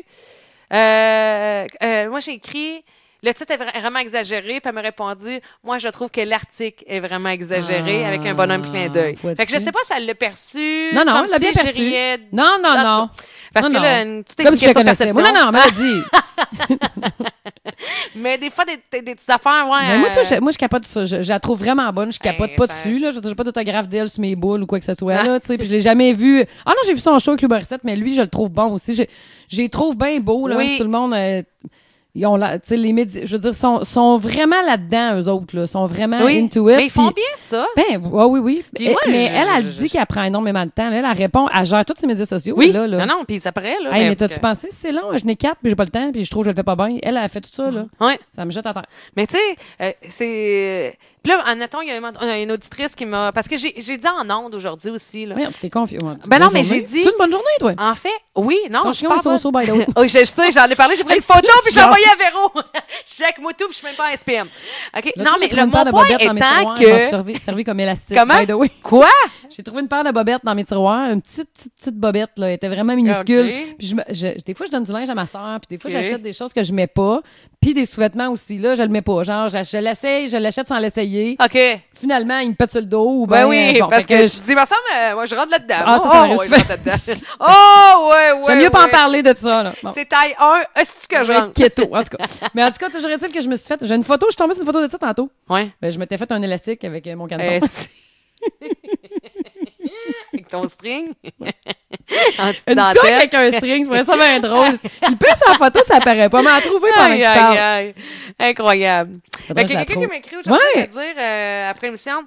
euh, euh, moi, j'ai écrit. Le titre est vra- vraiment exagéré, puis elle m'a répondu Moi, je trouve que l'article est vraiment exagéré Ah, avec un bonhomme clin d'œil. vois-tu? Fait que je sais pas si elle l'a perçu. Non, non, comme elle l'a si bien je perçu. riais de- Non, En non, tout non. Parce Non, que là, non. une- tout est Comme une si je question te de connaissais. perception. Moi, non, non, mais dis. Mais des fois, des, des- des petites affaires, ouais. Mais moi, tu euh, sais, je- moi, je capote sur ça. Je, je la trouve vraiment bonne. Je capote Ben, pas ça- Ah. dessus. Là. Je n'ai pas d'autographe d'elle sur mes boules ou quoi que ce soit. Là, tu sais. puis je l'ai jamais vu. Ah non, j'ai vu son show avec Lou Morissette, mais lui, je le trouve bon aussi. Je, je les trouve bien beau. Là, Oui. même si tout le monde. euh, Ils ont la- tu sais, les médias, je veux dire, sont, sont vraiment là-dedans, eux autres, là. Sont vraiment Oui. hein, into it. Mais ils font puis- bien ça. Ben, ouais, oui, oui. Puis Et- moi, mais je- elle, elle je- je- dit qu'elle prend énormément de temps. Elle, elle répond, elle gère tous ses médias sociaux. Oui. Là, là. Non, non, puis ils après, là. Hey, ben, mais t'as-tu que- pensé, c'est long, je n'ai quatre, puis j'ai pas le temps, puis je trouve que je le fais pas bien. Elle, elle fait tout ça, là. Ouais. Ça me jette à terre. Mais tu sais, euh, c'est. Puis là, admettons, il y a une, on a une auditrice qui m'a. Parce que j'ai j'ai dit en ondes aujourd'hui aussi, là. Merde, tu t'es confiant. Ben non, mais j'ai dit- C'est une bonne journée, toi. En fait, oui, non, Ton je suis chignon pas est so-so, by the way. bonne. Oui, je sais, j'en ai parlé, j'ai pris une photo puis je l'ai envoyée à Véro. Check Moutou, puis je suis même pas en SPM. OK, non Là, tu sais, mais j'ai trouvé le une paire mon de point bobettes dans mes étant tiroirs, elle m'a que servi, servi comme élastique. Comment? by the way. quoi J'ai trouvé une paire de bobettes dans mes tiroirs, une petite, petite, petite bobette, là. Elle était vraiment minuscule. Ok. Puis je me- je- des fois, je donne du linge à ma soeur, puis des fois, Ok. j'achète des choses que je mets pas, puis des sous-vêtements aussi, là, je le mets pas. Genre, j'ach- je l'essaye, je l'achète sans l'essayer. OK. Finalement, il me pète sur le dos. ou Ah. Ben ben, oui, euh, bon, parce fait que, je- je dis, me semble, euh, moi, je rentre là-dedans. Ah, oh, ça, ça oh, m'aurait ouais, je fait- rentre là-dedans. Oh, ouais, ouais. J'aime mieux pas en ouais. parler de ça, là. Bon. C'est taille 1, est-ce que je Je vais être rentre? keto, en tout cas. Mais en tout cas, toujours est-il que je me suis faite. J'ai une photo, je suis tombée sur une photo de ça tantôt. Ouais. Ben, je m'étais fait un élastique avec euh, mon canson. Euh, c'est- Avec ton string. en petite une toque dentelle. avec un string, je trouvais ça bien drôle. Il peut sa photo, ça paraît pas, mais à trouver pendant Aïe, qu'il aïe, parle. aïe. Incroyable. Faudrait Ben, que qu'il y a quelqu'un je la qui trouve. m'écrit aujourd'hui Ouais. pour dire euh, après l'émission.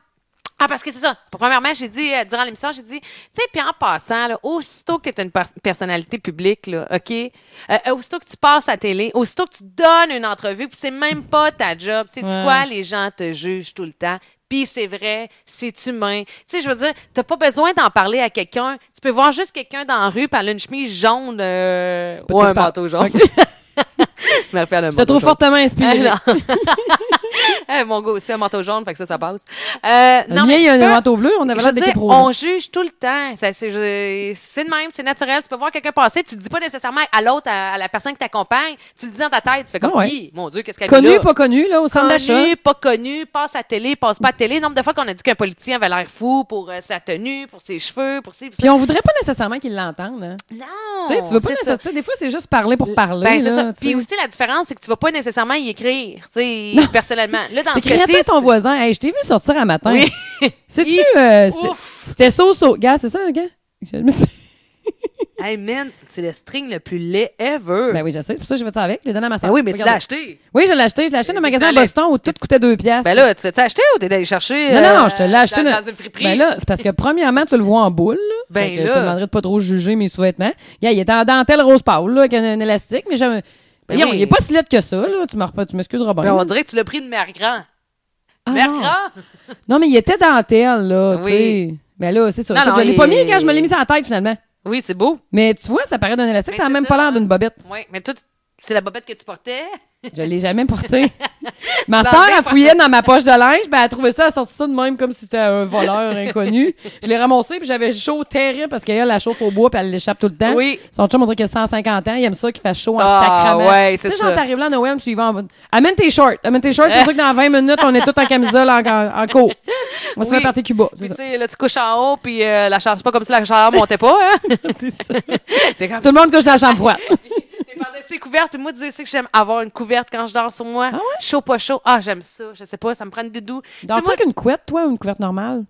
Ah, parce que c'est ça. Premièrement, j'ai dit, euh, durant l'émission, j'ai dit, tu sais, puis en passant, là, aussitôt que tu es une pers- personnalité publique, là, OK? Euh, euh, aussitôt que tu passes à la télé, aussitôt que tu donnes une entrevue, puis c'est même pas ta job, c'est Ouais. tu quoi? Les gens te jugent tout le temps. Puis c'est vrai, c'est humain. Tu sais, je veux dire, t'as pas besoin d'en parler à quelqu'un. Tu peux voir juste quelqu'un dans la rue, puis elle a une chemise jaune euh, ou Peut-être un pas. manteau jaune. je me rappelle un Je te manteau trouve jaune. fortement inspirée. Ah, non. Eh, mon gars aussi, un manteau jaune, fait que ça, ça passe. Euh, Le mien, il y a tu un peux- manteau bleu, on avait je veux l'air d'équipe dire, rouge. on juge tout le temps. Ça, C'est je- c'est de même, c'est naturel. Tu peux voir quelqu'un passer, tu dis pas nécessairement à l'autre, à, à la personne qui t'accompagne, tu le dis dans ta tête, tu fais comme, Ah ouais. Hi, mon Dieu, qu'est-ce qu'elle a mis Connu, là? pas connu, là, au centre d'achat. Connu, pas connu, passe à télé, passe pas à télé. Nombre de fois qu'on a dit qu'un politicien avait l'air fou pour euh, sa tenue, pour ses cheveux, pour ses... Puis on voudrait pas nécessairement qu'ils l'entendent. hein. Non! Tu sais, tu veux pas c'est ça. nécessairement. tu sais, Des fois, c'est juste parler pour parler. Ben, c'est là, ça. tu Puis sais. aussi, la différence, c'est que tu vas pas nécessairement y écrire, tu sais, personnellement. Là, dans ce T'écris cas-ci, après ton voisin. Hey, je t'ai vu sortir un matin. Oui. Sais-tu, Hi. euh, c'était- Ouf! c'était so-so. Gars, c'est ça, gars? Je me suis- Ben, Hey man, c'est le string le plus laid ever. Ben oui, je sais. C'est pour ça que je vais ça avec. Je l'ai donné à ma Ben soeur. oui, mais tu l'as acheté. Oui, je l'ai acheté. Je l'ai acheté dans un Mais magasin à t'allais- Boston où tout coûtait deux piastres. Ben là, tu l'as acheté ou t'es allé chercher? non, non, euh, non, je te l'ai acheté. Dans, là. dans une friperie. Ben là, c'est parce que premièrement, tu le vois en boule. là. Ben Fait que Je là. te demanderais de pas trop juger mes sous-vêtements. Gars, il était en dentelle rose pâle, là, avec un, un élastique, mais jamais. Ben Voyons, oui. Il est pas si laid que ça, là. Tu m'en repas- tu m'excuseras bien. Ben, on dirait que tu l'as pris de mère grand. Ah, mère non. grand? Non, mais il était dentelle, là, Oui. tu sais. Mais là, c'est ça. Non, Écoute, non, je l'ai il- pas mis quand je me l'ai mis à la tête, finalement. Oui, c'est beau. Mais tu vois, ça paraît d'un élastique, Ben, ça a c'est même ça, pas l'air d'une hein. bobette. Oui, mais toi, tu- c'est la bobette que tu portais. Je l'ai jamais porté. Ma Tu soeur, l'enlevais elle pas. fouillait dans ma poche de linge, ben elle trouvait ça, elle sortit ça de même comme si c'était un voleur inconnu. Je l'ai ramassé, puis j'avais chaud terrible parce qu'elle, elle chauffe au bois, puis elle l'échappe tout le temps. Oui. Son chum, on dirait qu'il a 150 ans, il aime ça qu'il fasse chaud en Ah, sacrament. ouais, c'est Tu sais, genre, ça. t'arrives là, Noël, tu y vas en mode, Amène tes shorts, amène tes shorts, c'est sûr que dans 20 minutes, on est tous en camisole en, en, en cours. On se Oui. fait partir Cuba. c'est Puis, ça. tu sais, là, tu couches en haut, puis euh, la chaleur, c'est pas comme si la chaleur montait pas, hein? C'est ça. T'es comme Tout le monde couche dans la chambre froide. T'es par-dessus couverte. Moi, Dieu sait que j'aime avoir une couverte quand je dors sur moi. Ah ouais? Chaud, pas chaud. Ah, j'aime ça. Je sais pas, ça me prend une doudou. Tu sais, Dors-tu moi, avec une couette, toi, ou une couverte normale?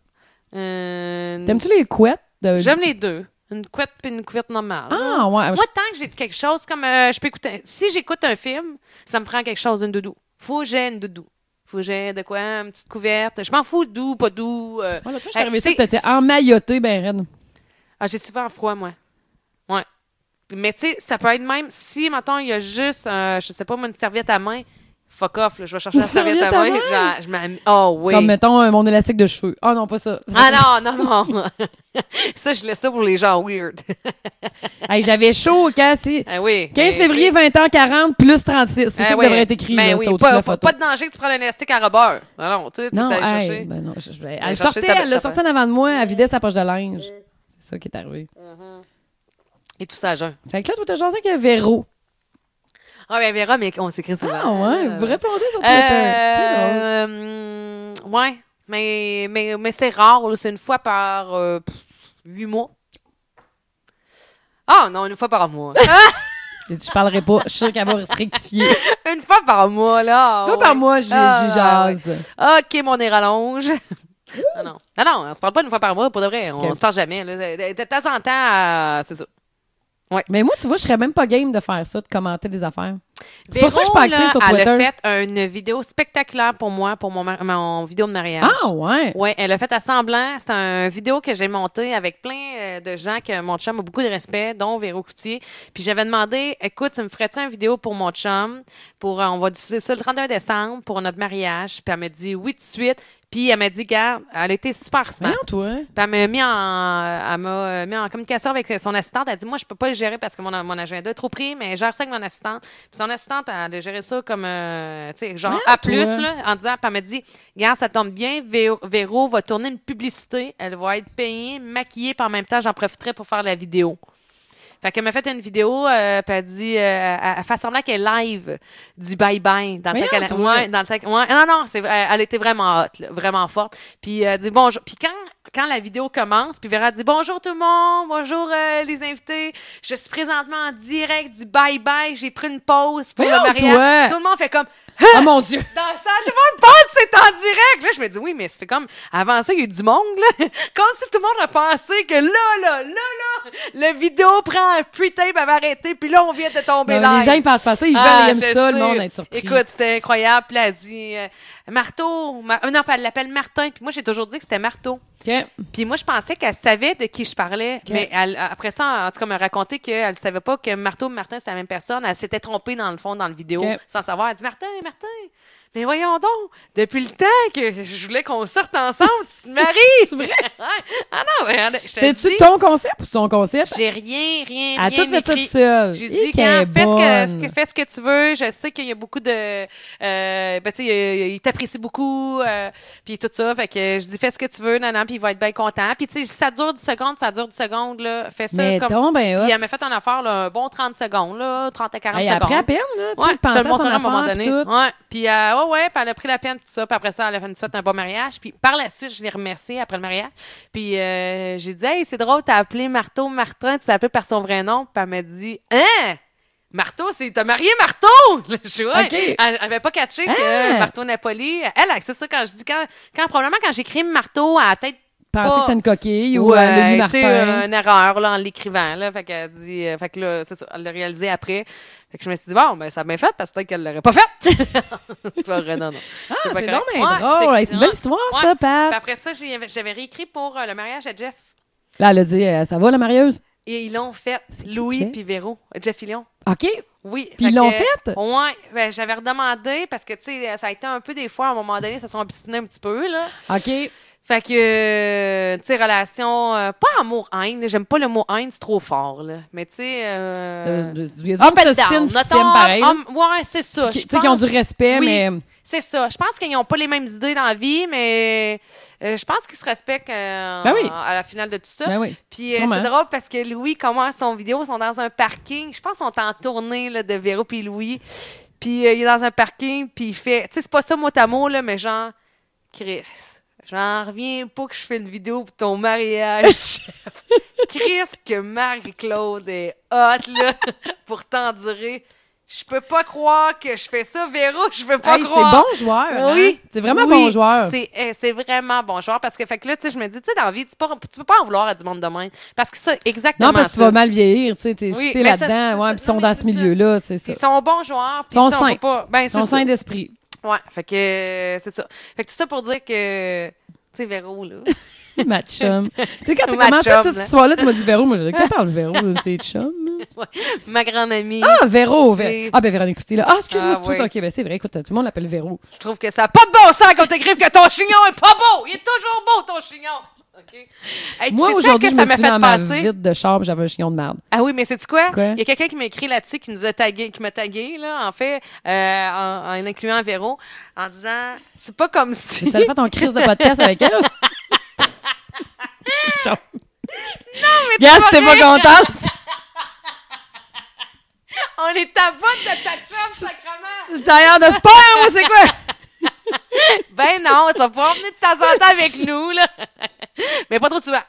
euh, T'aimes-tu les couettes? de- J'aime les deux. Une couette puis une couverte normale. Euh, Ah, ouais. Moi, tant que j'ai quelque chose comme. euh, je peux écouter. Si j'écoute un film, ça me prend quelque chose, une doudou. Faut que j'ai une doudou. Faut que j'ai de quoi, une petite couverte. Je m'en fous, doux, pas doux. euh. Voilà, toi, je Hey, t'arrivais tu sais, ici, t'étais emmaillotée, ben raide. Ah, j'ai souvent froid, moi. Ouais. Mais tu sais, ça peut être même si, mettons, il y a juste, euh, je sais pas, moi, une serviette à main. Fuck off, là, je vais chercher Une la serviette à main. serviette à Genre, je m'am- Oh, oui. Comme, mettons, euh, mon élastique de cheveux. Ah non, pas ça. Ah non, non, non. ça, je laisse ça pour les gens weird. Hey, J'avais chaud quand c'est... Ah oui. 15 mais- février, 20h40, plus 36. C'est Eh ça qui ouais. devrait être écrit, Ben là, oui, ça, au-dessus de pas, la pas, photo. pas de danger que tu prends l'élastique à rebord. Non, non, tu sais, tu Non, t'es allé hey, chercher. ben non, je- je vais- allé elle chercher sortait, ta- elle l'a ta- sorti en avant de moi, elle vidait sa poche de linge. C'est ça qui est arrivé. Et tout ça à jeun. Fait que là, toi, t'as jasé avec Véro. Ah, ben Véra, mais on s'écrit souvent. Ah ouais, vous répondez sur Twitter. C'est drôle. Euh, hum, ouais, mais, mais, mais c'est rare. là. C'est une fois par euh, pff, huit mois. Ah non, une fois par mois. J'ai dit, Je parlerai pas. Je suis sûre qu'elle va se rectifier. une fois par mois, là. Toi, ouais. par moi, j'y j'y Ah, jase. OK, mon nez rallonge. non, non. non, non, on se parle pas une fois par mois, pour de vrai. On Ok. se parle jamais. là. De, de- de temps en temps, euh, c'est ça. Ouais. Mais moi, tu vois, je serais même pas game de faire ça, de commenter des affaires. C'est Véro, pour ça que je suis pas active là, sur Elle a Twitter. fait une vidéo spectaculaire pour moi, pour mon, mar- mon vidéo de mariage. Ah, ouais. Oui, elle a fait à semblant. C'est un vidéo que j'ai monté avec plein euh, de gens que mon chum a beaucoup de respect, dont Véro Coutier. Puis j'avais demandé, écoute, tu me ferais-tu une vidéo pour mon chum? Pour, euh, on va diffuser ça le 31 décembre pour notre mariage. Puis elle m'a dit oui tout de suite. Puis elle m'a dit, garde, elle était super smart. Voyons, toi. Puis elle m'a mis en, elle m'a euh, mis en communication avec son assistante. Elle dit Moi, je peux pas le gérer parce que mon, mon agenda est trop pris, mais je gère ça avec mon assistante. Puis son assistante, elle a géré ça comme, euh, tu sais, genre Voyons, à toi. plus, là, en disant Puis elle m'a dit Regarde, ça tombe bien, Véro, Véro va tourner une publicité. Elle va être payée, maquillée, puis en même temps, j'en profiterai pour faire la vidéo. Fait qu'elle m'a fait une vidéo, euh, puis elle dit, euh, elle, elle fait semblant qu'elle est live du bye-bye. Dans le temps Voyons, qu'elle- toi. ouais, dans le temps que- ouais. Non, non, c'est, elle, elle était vraiment hot, là, vraiment forte. Puis elle dit bonjour. Puis quand, quand la vidéo commence, puis Vera dit bonjour tout le monde, bonjour euh, les invités. Je suis présentement en direct du bye-bye. J'ai pris une pause pour Voyons, le mariage. toi. Tout le monde fait comme Oh mon Dieu. dans la salle, tout le monde pense que c'est en direct. Là, je me dis, oui, mais ça fait comme, avant ça, il y a eu du monde, là. Comme si tout le monde a pensé que là, là, là, là, le vidéo prend un pre-tape avait arrêté, puis là, on vient de tomber Non, live. les gens, ils pensent pas ça. Ils veulent, Ah, ils aiment je ça, le sais. monde, être surpris. Écoute, c'était incroyable. Puis là, elle dit, euh, Marteau, Mar- euh, non, puis elle l'appelle Martin. Puis moi, j'ai toujours dit que c'était Marteau. OK. Puis moi, je pensais qu'elle savait de qui je parlais. Mais elle- après ça, en tout cas, elle m'a raconté qu'elle ne savait pas que Marteau et Martin, c'était la même personne. Elle s'était trompée, dans le fond, dans le vidéo, Ok. sans savoir. Elle dit Martin, Martin, mais voyons donc, depuis le temps que je voulais qu'on sorte ensemble, tu te maries. C'est vrai? Ouais. ah non, mais elle- je te C'est-tu dis, ton concept ou son concept? j'ai rien, rien, Elle a rien. tout fait ça écrit. toute seule. J'ai Et dit, qu'elle quand, est fais, ce que- Euh, bonne. ce que, fais ce que tu veux. Je sais qu'il y a beaucoup de. euh, ben, tu sais, euh, il t'apprécie beaucoup. euh, puis tout ça. Fait que je dis, fais ce que tu veux, non, non, puis il va être bien content. Puis, tu sais, ça dure 10 secondes, ça dure 10 secondes, là. Fais ça Mais comme. donc, ben, hop. Puis elle m'a fait un affaire, là, un bon 30 secondes, là, 30 à 40 Hey, secondes. après à peine, là, tu Ouais, sais, je te penser le à son montrerai à un moment enfant, donné. puis tout. Ouais. Puis, euh, ouais, ouais, puis elle a pris la peine, tout ça. Puis après ça, elle a fait une suite, un bon mariage. Puis par la suite, je l'ai remerciée après le mariage. Puis euh, j'ai dit, hey, c'est drôle, t'as appelé Marteau Martin, tu l'as appelé par son vrai nom. Puis elle m'a dit, hein? Marteau, c'est. T'as marié Marteau! Là, Je suis, ouais. OK. Elle elle avait pas catché que Hein? Marteau Napoli. Elle, elle, c'est ça quand je dis, quand, quand probablement quand j'écris Marteau à la tête Penser Pas- que c'était une coquille ou ou euh, euh, Lenny tu sais, Martin. euh, une erreur là, en l'écrivant. Là, fait qu'elle dit, euh, fait que là, c'est ça, elle l'a réalisé après. Fait que je me suis dit, bon, ben, ça a bien fait parce que peut-être qu'elle l'aurait pas fait. c'est pas vrai, non, non. Ah, pas c'est donc correct. bien Ouais, drôle. c'est- Hey, C'est une belle histoire, Ouais. ça, Pat. Puis après ça, j'y avais- j'avais réécrit pour euh, le mariage à Jeff. Là, elle a dit, euh, ça va, la marieuse? Et ils l'ont fait, C'est qui, Louis Jeff? puis Véro, euh, Jeff Fillion. OK. Oui. Puis ils que- l'ont faite? Ouais, ben, j'avais redemandé parce que, tu sais, ça a été un peu des fois, à un moment donné, ils se sont obstinés un petit peu, là. OK. Fait que, euh, tu sais, relation, euh, pas amour-haine, là, j'aime pas le mot haine, c'est trop fort, là. Mais tu sais, euh, Euh, Il y a du up monde and qui s'obstine down, puis qui mettons, s'aime pareil. là. hum, ouais, c'est ça. Qui- je Tu sais, qui ont pense- du respect, Oui. mais... C'est ça. Je pense qu'ils n'ont pas les mêmes idées dans la vie, mais euh, je pense qu'ils se respectent euh, Ben oui. à la finale de tout ça. Ben oui. Puis euh, Sûrement. c'est drôle parce que Louis commence son vidéo, ils sont dans un parking. Je pense qu'ils sont en tournée là, de Véro puis Louis. Puis euh, il est dans un parking, puis il fait... Tu sais, c'est pas ça mot à mot, là, mais genre... Chris, j'en reviens pas que je fais une vidéo pour ton mariage. Chris, que Marie-Claude est hot, là, pour t'endurer. Je peux pas croire que je fais ça, Véro, je peux pas Hey, c'est croire. bon joueur. hein? Oui. C'est vraiment Oui, bon joueur. C'est eh, c'est vraiment bon joueur parce que fait que là tu sais je me dis tu sais dans la vie tu peux, tu peux pas en vouloir à du monde de même parce que ça exactement Non, parce que tu ça. vas mal vieillir, tu sais, t'es Oui, si t'es mais ça, c'est- là-dedans, ouais, ça- puis ils non, sont mais dans ce c'est ça. milieu-là, c'est ça. ils sont bons joueurs puis Sont tu sais, on peut sains. pas ben Ils c'est sont ça. sains d'esprit. Ouais, fait que euh, c'est ça. Fait que tout ça pour dire que tu sais Véro là. Ma chum. tu sais, quand t'as Ma commencé chum, toute cette là. histoire-là, tu m'as dit Véro, moi, j'ai dit, qu'elle parle Véro, c'est chum. là? ma grande amie, Ah, Véro, Véro. C'est- Ah, ben Véronique Coutier, là. Ah, excuse-moi, Ah, c'est tout. oui. OK, ben c'est vrai, écoute, tout le monde l'appelle Véro. je trouve que ça a pas de bon sens quand t'écrives que ton chignon est pas beau. Il est toujours beau ton chignon. OK. Hey, Moi, sais-tu à aujourd'hui, quoi je ça me m'a suis mis fait dans ma penser. vitre de char, puis j'avais un chignon de merde. Ah oui, mais c'est quoi? Quoi? Il y a quelqu'un qui m'a écrit là-dessus, qui nous a tagué, qui m'a tagué, là, en fait, euh, en, en incluant Véro, en disant C'est pas comme si. Ça le fait ton crise de podcast avec elle? non, mais tu vas t'es pas rire. contente? On est à bout de ta chum, sacrement! C'est tailleur de sport, moi, c'est quoi? Ben non, tu vas pouvoir venir de temps en temps avec nous, là. Mais pas trop souvent.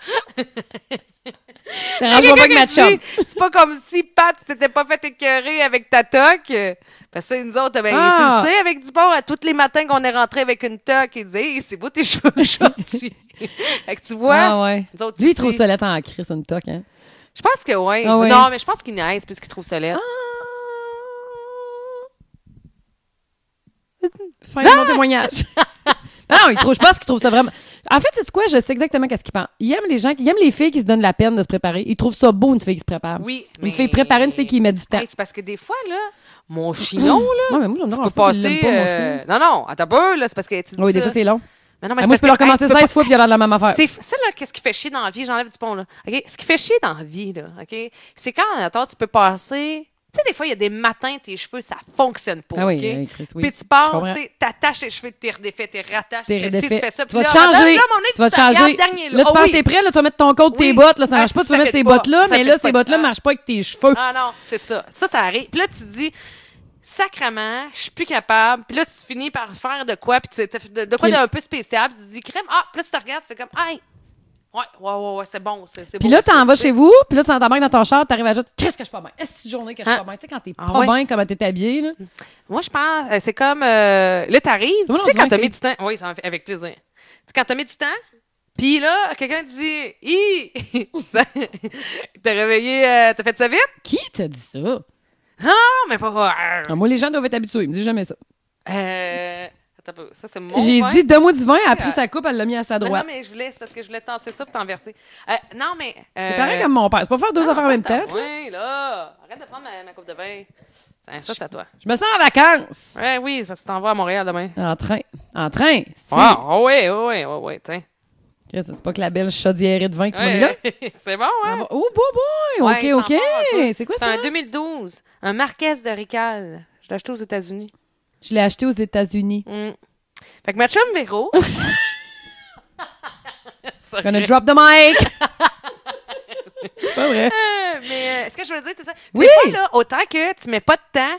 T'arranges Ah, pas Quelqu'un avec qui ma dit, chum. C'est pas comme si, Pat, tu t'étais pas fait écœurer avec ta toque. Parce que nous autres, ben, Ah. tu le sais, avec Dupont, à tous les matins qu'on est rentré avec une toque, il disait Hey, c'est beau tes cheveux aujourd'hui. fait que tu vois, Ah ouais. nous autres, Lui, il ici, trouve ça latent en crise, une toque, hein. Je pense que oui. Ah ouais. Ah. Non, mais je pense qu'il niaise puisqu'il trouve ça laid. Fin de Ah. mon témoignage. Non, non, il trouve, je pense qu'il trouve ça vraiment. En fait, c'est quoi? Je sais exactement qu'est-ce qu'il pense. Il aime les gens, qui- il aime les filles qui se donnent la peine de se préparer. Il trouve ça beau, une fille qui se prépare. Oui. Une fille préparée, une fille qui met du temps. Hey, c'est parce que des fois, là, mon chignon, là, Ouais, mais moi, j'en ai je peux passer. euh, Non, non, attends un peu, là. C'est parce que. tu dis Oui, des ça. fois, c'est long. Mais non, mais c'est Ah, moi, je parce que, peux leur commencer hey, tu peux 16 fois puis il a l'air de la même affaire. C'est ça, là, qu'est-ce qui fait chier dans la vie? J'enlève du pont, là. OK? Ce qui fait chier dans la vie, là, OK? C'est quand, attends, tu peux passer. Tu sais, des fois, il y a des matins, tes cheveux, ça fonctionne pas. Ah oui, OK? oui, Chris, oui. Puis tu Je pars, comprends. tu sais, t'attaches tes cheveux, tu les redéfais, tu les rattaches, T'es tu fais ci, tu redéfait. fais ça. Tu puis vas te là, changer. là, à un moment donné, Tu vas te te regardes, changer. dernier, Là, tu Ah penses que oui. t'es prêt, là, tu vas mettre ton code, tes Oui. bottes, là, ça Ah, marche pas, tu ça vas mettre fait tes pas. bottes-là, Ça mais fait là, pas. ces bottes-là Ah. marchent pas avec tes cheveux. Ah non, c'est ça. Ça, ça arrive. Puis là, tu te dis, sacrement, je suis plus capable. Puis là, tu finis par faire de quoi, puis tu- tu- de, de quoi Puis- d'un peu spécial. Puis tu te dis, crème, ah, puis là, tu te regardes, tu fais comme, hey, ouais, ouais, ouais, ouais c'est bon, c'est c'est Puis beau, là, c'est t'en ça, vas tu sais. chez vous, puis là, tu t'embarques dans ton char, t'arrives à juste, qu'est-ce que je suis pas bien? Est-ce que journée que je suis Ah. pas bien? Tu sais, quand t'es Ah pas ouais. bien, comment t'es habillée, là? Moi, je pense, euh, c'est comme, euh, là, t'arrives, Tout le tu monde sais, quand en dit, t'as ok. mis du temps, oui, ça en fait- avec plaisir. Tu sais, quand t'as mis du temps, puis là, quelqu'un te dit, hi, Ça- t'as réveillé, euh, t'as fait ça vite? Qui t'a dit ça? Non, mais pas, Ah, moi, les gens doivent être habitués, ils me disent jamais ça. euh, attends, un peu, ça, c'est mon J'ai vin. dit, donne-moi du vin, elle a euh, pris sa coupe, elle l'a mis à sa Non, droite. Ben Non, mais je voulais, c'est parce que je voulais tasser ça pour t'en verser. Euh, non, mais. euh, C'est pareil comme mon père, c'est pas faire deux non, affaires en ça, même c'est à temps. moi, là. Arrête de prendre ma, ma coupe de vin. Tiens, ça, c'est à toi. Je me sens en vacances! Ouais, oui, c'est parce que tu t'en vas à Montréal demain. En train, en train! Si. Wow, oh, oui, oh, oui, oh, oui, tiens. Chris, C'est pas que la belle chaudière de vin que tu m'as mis là? Ouais, c'est bon, hein? Oh, boy, Ouais, boy! ok, ils s'en font un ok! peu. C'est quoi C'est ça? un 2012, un Marquez de Rical. Je l'ai acheté aux États-Unis. Je l'ai acheté aux États-Unis. Mm. Fait que ma chum Véro. C'est Gonna vrai. drop the mic! C'est pas vrai. Euh, mais euh, ce que je veux dire, c'est ça. Des Oui! fois, là, autant que tu mets pas de temps.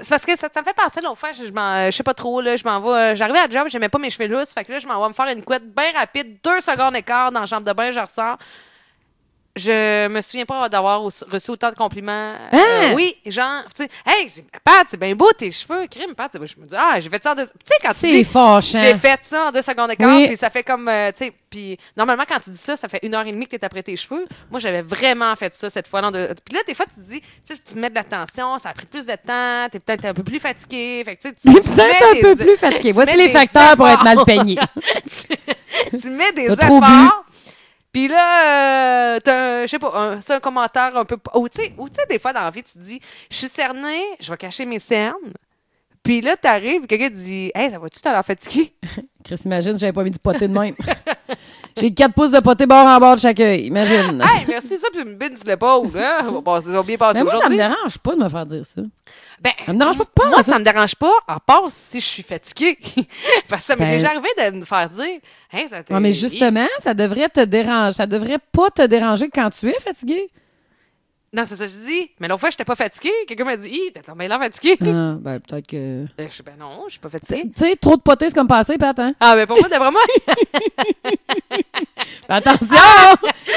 C'est parce que ça, ça me fait penser l'autre fois, je, je m'en- euh, je sais pas trop, là, je m'en vais, euh, j'arrivais à la job, j'aimais pas mes cheveux lousses, fait que là, je m'en vais me faire une couette bien rapide, deux secondes et quart dans la chambre de bain, je ressors. Je me souviens pas d'avoir au- reçu autant de compliments. Euh, Hein? oui, genre, tu sais, hey, c'est- Pat, c'est bien beau tes cheveux, crime, Pat. Je me dis, ah, j'ai fait ça en deux. Tu sais, quand tu C'est dis, fâchant. j'ai fait ça en deux secondes et quart, Hein. Oui. puis ça fait comme, euh, tu sais, puis normalement, quand tu dis ça, ça fait une heure et demie que t'es après tes cheveux. Moi, j'avais vraiment fait ça cette fois. dans deux- Puis là, des fois, tu te dis, tu sais, tu mets de l'attention, ça a pris plus de temps, t'es peut-être un peu plus fatigué. Fait que, tu sais, tu- T'es tu peut-être mets un peu des- e- plus fatigué. tu Voici mets les des facteurs pour être efforts. mal peigné. tu, tu mets des T'as trop bu. efforts. Puis là, euh, t'as, un- je sais pas, un, c'est un commentaire un peu. Ou tu sais, ou tu sais, des fois, dans la vie, tu te dis, je suis cernée, je vais cacher mes cernes. Puis là, t'arrives, quelqu'un dit, hey, ça va-tu t'as l'air fatigué? Chris, imagine, j'avais pas mis du poté de même. J'ai 4 pouces de poté bord en bord de chaque œil. Imagine. Hey, merci, ça, puis une bine sur l'épaule. Hein? On va passer- on va bien passer Mais moi, ça me aujourd'hui. dérange pas de me faire dire ça. Ben, Ça me dérange pas. pas moi, ça. ça me dérange pas, à part si je suis fatiguée. Parce que ça m'est Ben- déjà arrivé de me faire dire, hey, ça t'est- Non, Ah, mais justement, ça devrait te déranger. Ça devrait pas te déranger quand tu es fatigué. Non, c'est ça que je dis. Mais l'autre fois, j'étais pas fatiguée. Quelqu'un m'a dit, Hi, t'es tombé là fatiguée. Ah, ben, peut-être que. Ben, Je suis ben non, je suis pas Tu fatiguée. sais, trop de poté, c'est comme passé, Pat, hein? Ah, mais pour moi, d'après moi, Attention!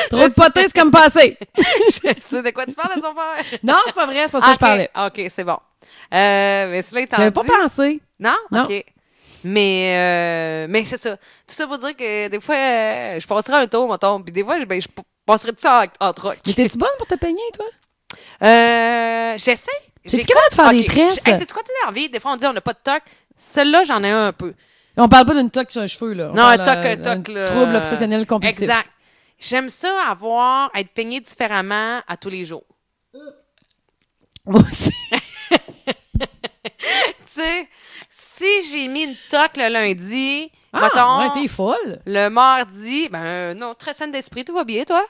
trop de poté, c'est comme passé. je sais de quoi tu parles à son père. Non, c'est pas vrai, c'est pas ça que Ok, je parlais. OK, c'est bon. Euh, mais cela étant J'avais dit... pas pensé. Non? Non. OK. Mais, euh, mais c'est ça. Tout ça pour dire que des fois, euh, je passerai un tour, mettons, puis des fois, je, ben, je p- passerai de ça en, en troc. Mais t'es-tu bonne pour te peigner, toi? Euh, j'essaie. T'es-tu J'ai capable de faire des Ok. tresses? J'ai- hey, C'est-tu quoi t'as envie? Des fois, on dit on n'a pas de toc. Celle-là, j'en ai un un peu. On parle pas d'une toque sur un cheveu, là. On non, un toc, parle, euh, un toc. là. Trouble obsessionnel compulsif. Exact. J'aime ça avoir, être peigné différemment à tous les jours. Moi aussi. Tu sais, si j'ai mis une toque le lundi, Ah, mettons, ouais, t'es folle. le mardi, ben non, très saine d'esprit, tout va bien, toi?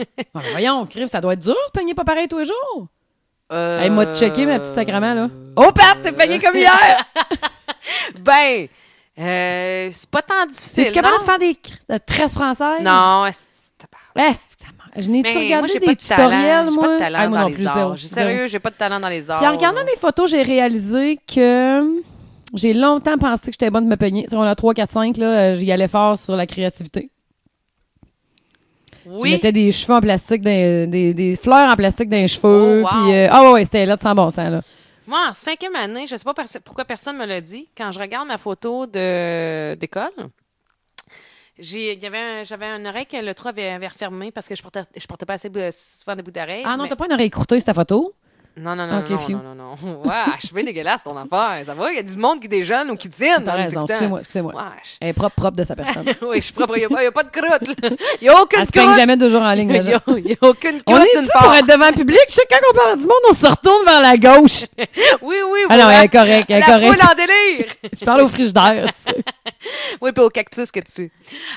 Ah, ben voyons, crime, ça doit être dur se peigner pas pareil tous les jours. Euh... Hey, moi, de checker ma petite sacrament, là. Oh, Pat, t'es peigné comme hier! Ben, euh, c'est pas tant difficile. T'es-tu capable non? de faire des cr- de tresses françaises? Non, est-ce que t'as pas- Ouais, c'est que ça marche. Je n'ai-tu Mais moi, regardé j'ai des pas de talent. tutoriels, J'ai moi? pas de talent Ah, moi dans non les plus, arts. zéro, J'ai- zéro. Sérieux, j'ai pas de talent dans les arts. Puis en regardant les photos, j'ai réalisé que hum, j'ai longtemps pensé que j'étais bonne de me peigner. Si on a 3, 4, 5, là, euh, j'y allais fort sur la créativité. Il Oui. mettait des cheveux en plastique, dans- des, des fleurs en plastique dans les Oh, cheveux. wow. puis, euh, ah ouais, ouais, c'était là de sans bon sens. Là. Moi, en cinquième année, je sais pas perso- pourquoi personne me l'a dit, quand je regarde ma photo de d'école, J'ai- il y avait un- J'avais un oreille que le trou avait, avait refermé parce que je portais, je portais pas assez euh, souvent des bouts d'oreille. Ah non, mais- t'as pas une oreille croûtée, c'est ta photo? Non, non, non, Ok, non, phew. non, non, non, non. Ouais, je suis bien dégueulasse ton affaire. Ça va? Il y a du monde qui déjeune ou qui dîne T'as en raison, écoutant. excusez-moi, excusez-moi. Wesh. Elle est propre, propre de sa personne. oui, je suis propre. Il n'y a, pas de croûte. là. Il n'y a aucune Elle se peigne croûte. jamais deux jours en Il ligne, n'y la a, jeune. il y a aucune On croûte d'une est pour part. être devant le public? Je sais, quand on parle du monde, on se retourne vers la gauche. Oui, oui, Ah non, voilà. elle est correcte, elle est La correcte. foule en délire. Je parle au frigidaire. tu sais. Oui, puis au cactus que tu.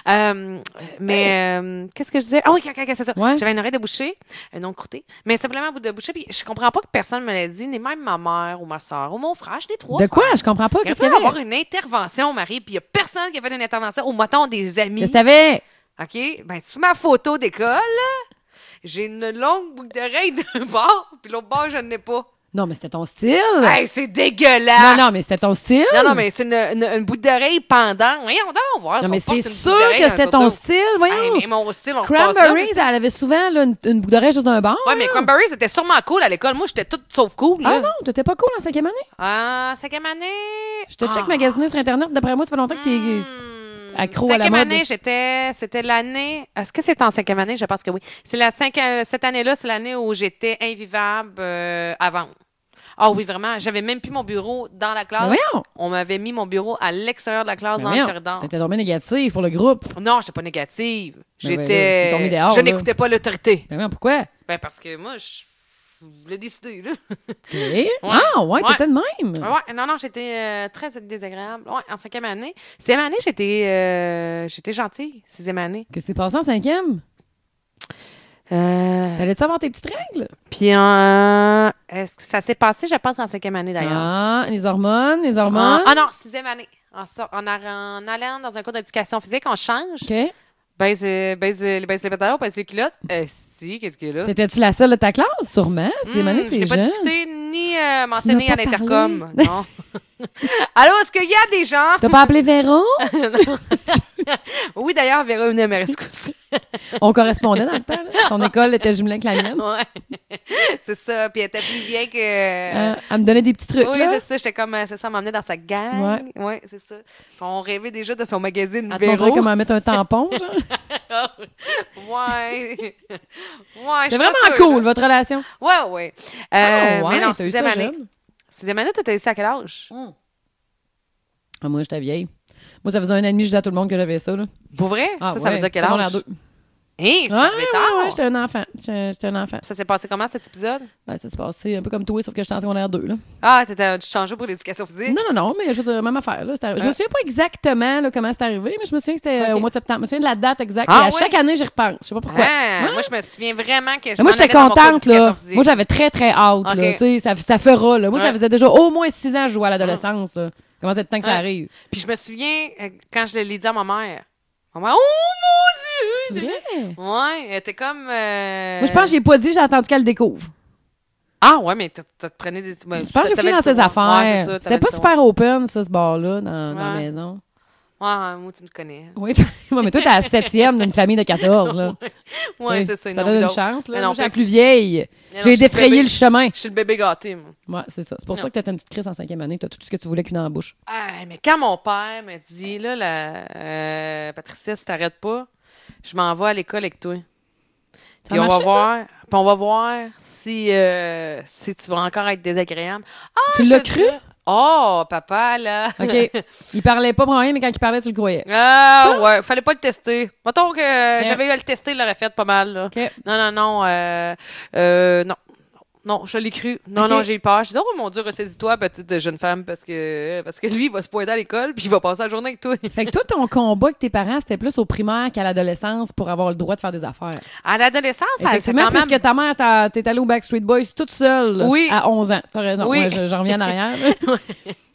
Euh, mais euh, qu'est-ce que je disais? Ah oui, ok, ok, c'est ça. Ouais. J'avais une oreille de boucher, euh, non croûtée, mais simplement un bout de boucher. Puis je comprends pas que personne me l'a dit, ni même ma mère ou ma soeur ou mon frère. Je l'ai trois. De quoi? frères. Je comprends pas. Il Qu'est-ce aurait qu'il pu y avoir avait? une intervention, Marie, puis il n'y a personne qui a fait une intervention. Au moton des amis. Qu'est-ce que t'avais? OK? Ben, sous ma photo d'école, là, j'ai une longue boucle d'oreille d'un bord, puis l'autre bord, je n'en ai pas. Non, mais c'était ton style. Hey, c'est dégueulasse! Non, non, mais c'était ton style. Non, non, mais c'est une, une, une boucle d'oreille pendant. Voyons donc, voir. Non, si mais on porte c'est une sûr boucle d'oreille que dans c'était un ton auto. style, Hey, voyons. mais mon style, on repasse ça. mais Cranberries, c'est- elle avait souvent là, une, une boucle d'oreille juste d'un bord. Ouais, mais hein. Cranberry, c'était sûrement cool à l'école. Moi, j'étais toute sauf cool, Ah là. non, t'étais pas cool en cinquième année. Ah, cinquième année. Je te check Ah. magasiner sur Internet. D'après moi, ça fait longtemps que t'es... Hmm. accro à la Cinquième mode. année, j'étais, c'était l'année. Est-ce que c'est en cinquième année? Je pense que oui. C'est la cinquième, cette année-là, c'est l'année où j'étais invivable euh, avant. Ah oui, vraiment. J'avais même plus mon bureau dans la classe. Mais voyons! On m'avait mis mon bureau à l'extérieur de la classe Mais dans voyons, le corridor. T'étais tombée négative pour le groupe. Non, j'étais pas négative. Mais ben là, J'étais. c'est tombé dehors, je là. n'écoutais pas l'autorité. Mais voyons, pourquoi? Ben parce que moi, je, je l'ai décidé. Là. Eh? Ah, ouais, Ouais. Ah t'étais de même. Ouais, non, non, j'étais euh, très désagréable. Ouais, en cinquième année. Sixième année, j'étais euh, j'étais gentille. Sixième année. Qu'est-ce qui s'est passé en cinquième? Euh, T'allais-tu avoir tes petites règles? Puis, en- est-ce que ça s'est passé, je pense, en cinquième année d'ailleurs. Ah, les hormones, les En- hormones. ah non, sixième année. En, sort- en, ar- en allant dans un cours d'éducation physique, on change. OK. Baise, euh, baise, euh, baise les pantalons, baise les culottes. Euh, si, qu'est-ce qu'il y a là? T'étais-tu la seule de ta classe, sûrement? C'est Hmm, mané, je c'est n'ai pas jeune. discuté ni euh, mentionné pas à l'intercom. Non. Alors, est-ce qu'il y a des gens? T'as pas appelé Véron? Oui, d'ailleurs, Véra venait à mes rescousse. On correspondait dans le temps. là. Son école était jumelée avec la mienne. Ouais. c'est ça. Puis elle était plus vieille que. Euh, elle me donnait des petits trucs. oui, là. c'est ça. J'étais comme. euh, C'est ça, elle m'emmenait dans sa gang. Ouais. c'est ça. Puis on rêvait déjà de son magazine Elle te montrait Véro. comment mettre un tampon. genre. ouais. ouais. je suis C'est pas vraiment sûre, cool, votre relation. là. Ouais, ouais. Euh, Ah, ouais, mais non, t'as eu sixième ça Hmm. année. jeune. Sixième année, toi, t'as eu ça à quel âge? Ah, moi, j'étais vieille. Moi, ça faisait un an et demi, je disais à tout le monde que j'avais ça. Là. Pour vrai? Ah, ça, ça veut ouais, dire quel secondaire âge? deux. Hein, c'est Ah, arrivé tard. ouais, ouais, j'étais un enfant. J'étais j'étais un enfant. Ça s'est passé comment cet épisode? Ben, ça se passait un peu comme toi, sauf que j'étais en secondaire 2. Là. Ah, t'étais- tu changeais pour l'éducation physique? Non, non, non, mais je veux dire, même affaire. Là, c'est arrivé. Je me Ah. souviens pas exactement là, comment c'est arrivé, mais je me souviens que c'était euh, Ok. au mois de septembre. Je me souviens de la date exacte. Ah, Et à ouais? chaque année, j'y repense. Je sais pas pourquoi. Ah, Ouais. Moi, je me souviens vraiment que je. Mais moi, m'en j'étais allais dans mon cours contente, là. d'éducation physique. Moi, j'avais très, très hâte, là. Ok. Tu sais, ça, ça fera, là. Moi, Ouais. ça faisait déjà au moins six ans que je jouais à l'adolescence, là. Comment c'est le temps que Ouais. ça arrive? Puis je me souviens euh, quand je l'ai dit à ma mère. Ma mère, oh C'est mon Dieu! vrai? Ouais, elle était comme. euh, Moi, je pense que j'ai pas dit, j'ai attendu qu'elle le découvre. Ah, ouais, mais t'as- t'as- tu prenais des. ben, Je pense que t'avais j'ai fouillé dans le ses tiroir. Ouais, c'est affaires. ça, t'avais C'était le pas tiroir. super open, ça, ce bar-là, dans, dans la Ouais. maison. Ouais, moi, tu me connais. Oui, toi, ouais, mais toi, t'es la septième d'une famille de 14, là. Ouais, Tu sais, c'est ça. une Ça envie donne une d'autre. chance, Mais là. non, Moi, j'ai pas- la plus vieille. Mais non, je J'ai suis défrayé bébé- le chemin. Je suis le bébé gâté, moi. Ouais, c'est ça. C'est pour Non. ça que t'as une petite crise en cinquième année. T'as tout ce que tu voulais qu'une embouche. Ah, mais quand mon père m'a dit, là, la, euh, Patricia, si t'arrêtes pas, je m'en vais à l'école avec toi. Ça Puis on marchait, va ça? voir, puis on va voir si, euh, si tu vas encore être désagréable. Ah, Tu je l'as te cru? dirais- Oh, papa, là. OK. Il parlait pas pour rien, mais quand il parlait, tu le croyais. Ah, ouais, fallait pas le tester. Mettons que euh, Ok. j'avais eu à le tester, il l'aurait fait pas mal, là. OK. Non, non, non, euh, euh, non. Non, je l'ai cru. Non, Ok. non, j'ai eu peur. Je dis, oh mon Dieu, ressaisis-toi, petite jeune femme, parce que, parce que lui, il va se pointer à l'école, puis il va passer la journée avec toi. Fait que toi, ton combat avec tes parents, c'était plus au primaire qu'à l'adolescence pour avoir le droit de faire des affaires. À l'adolescence, ça c'est Effectivement, quand même. puisque ta mère, t'as- t'es allée au Backstreet Boys toute seule là, Oui. à 11 ans. T'as raison. Oui. Ouais, je- j'en reviens en arrière. là.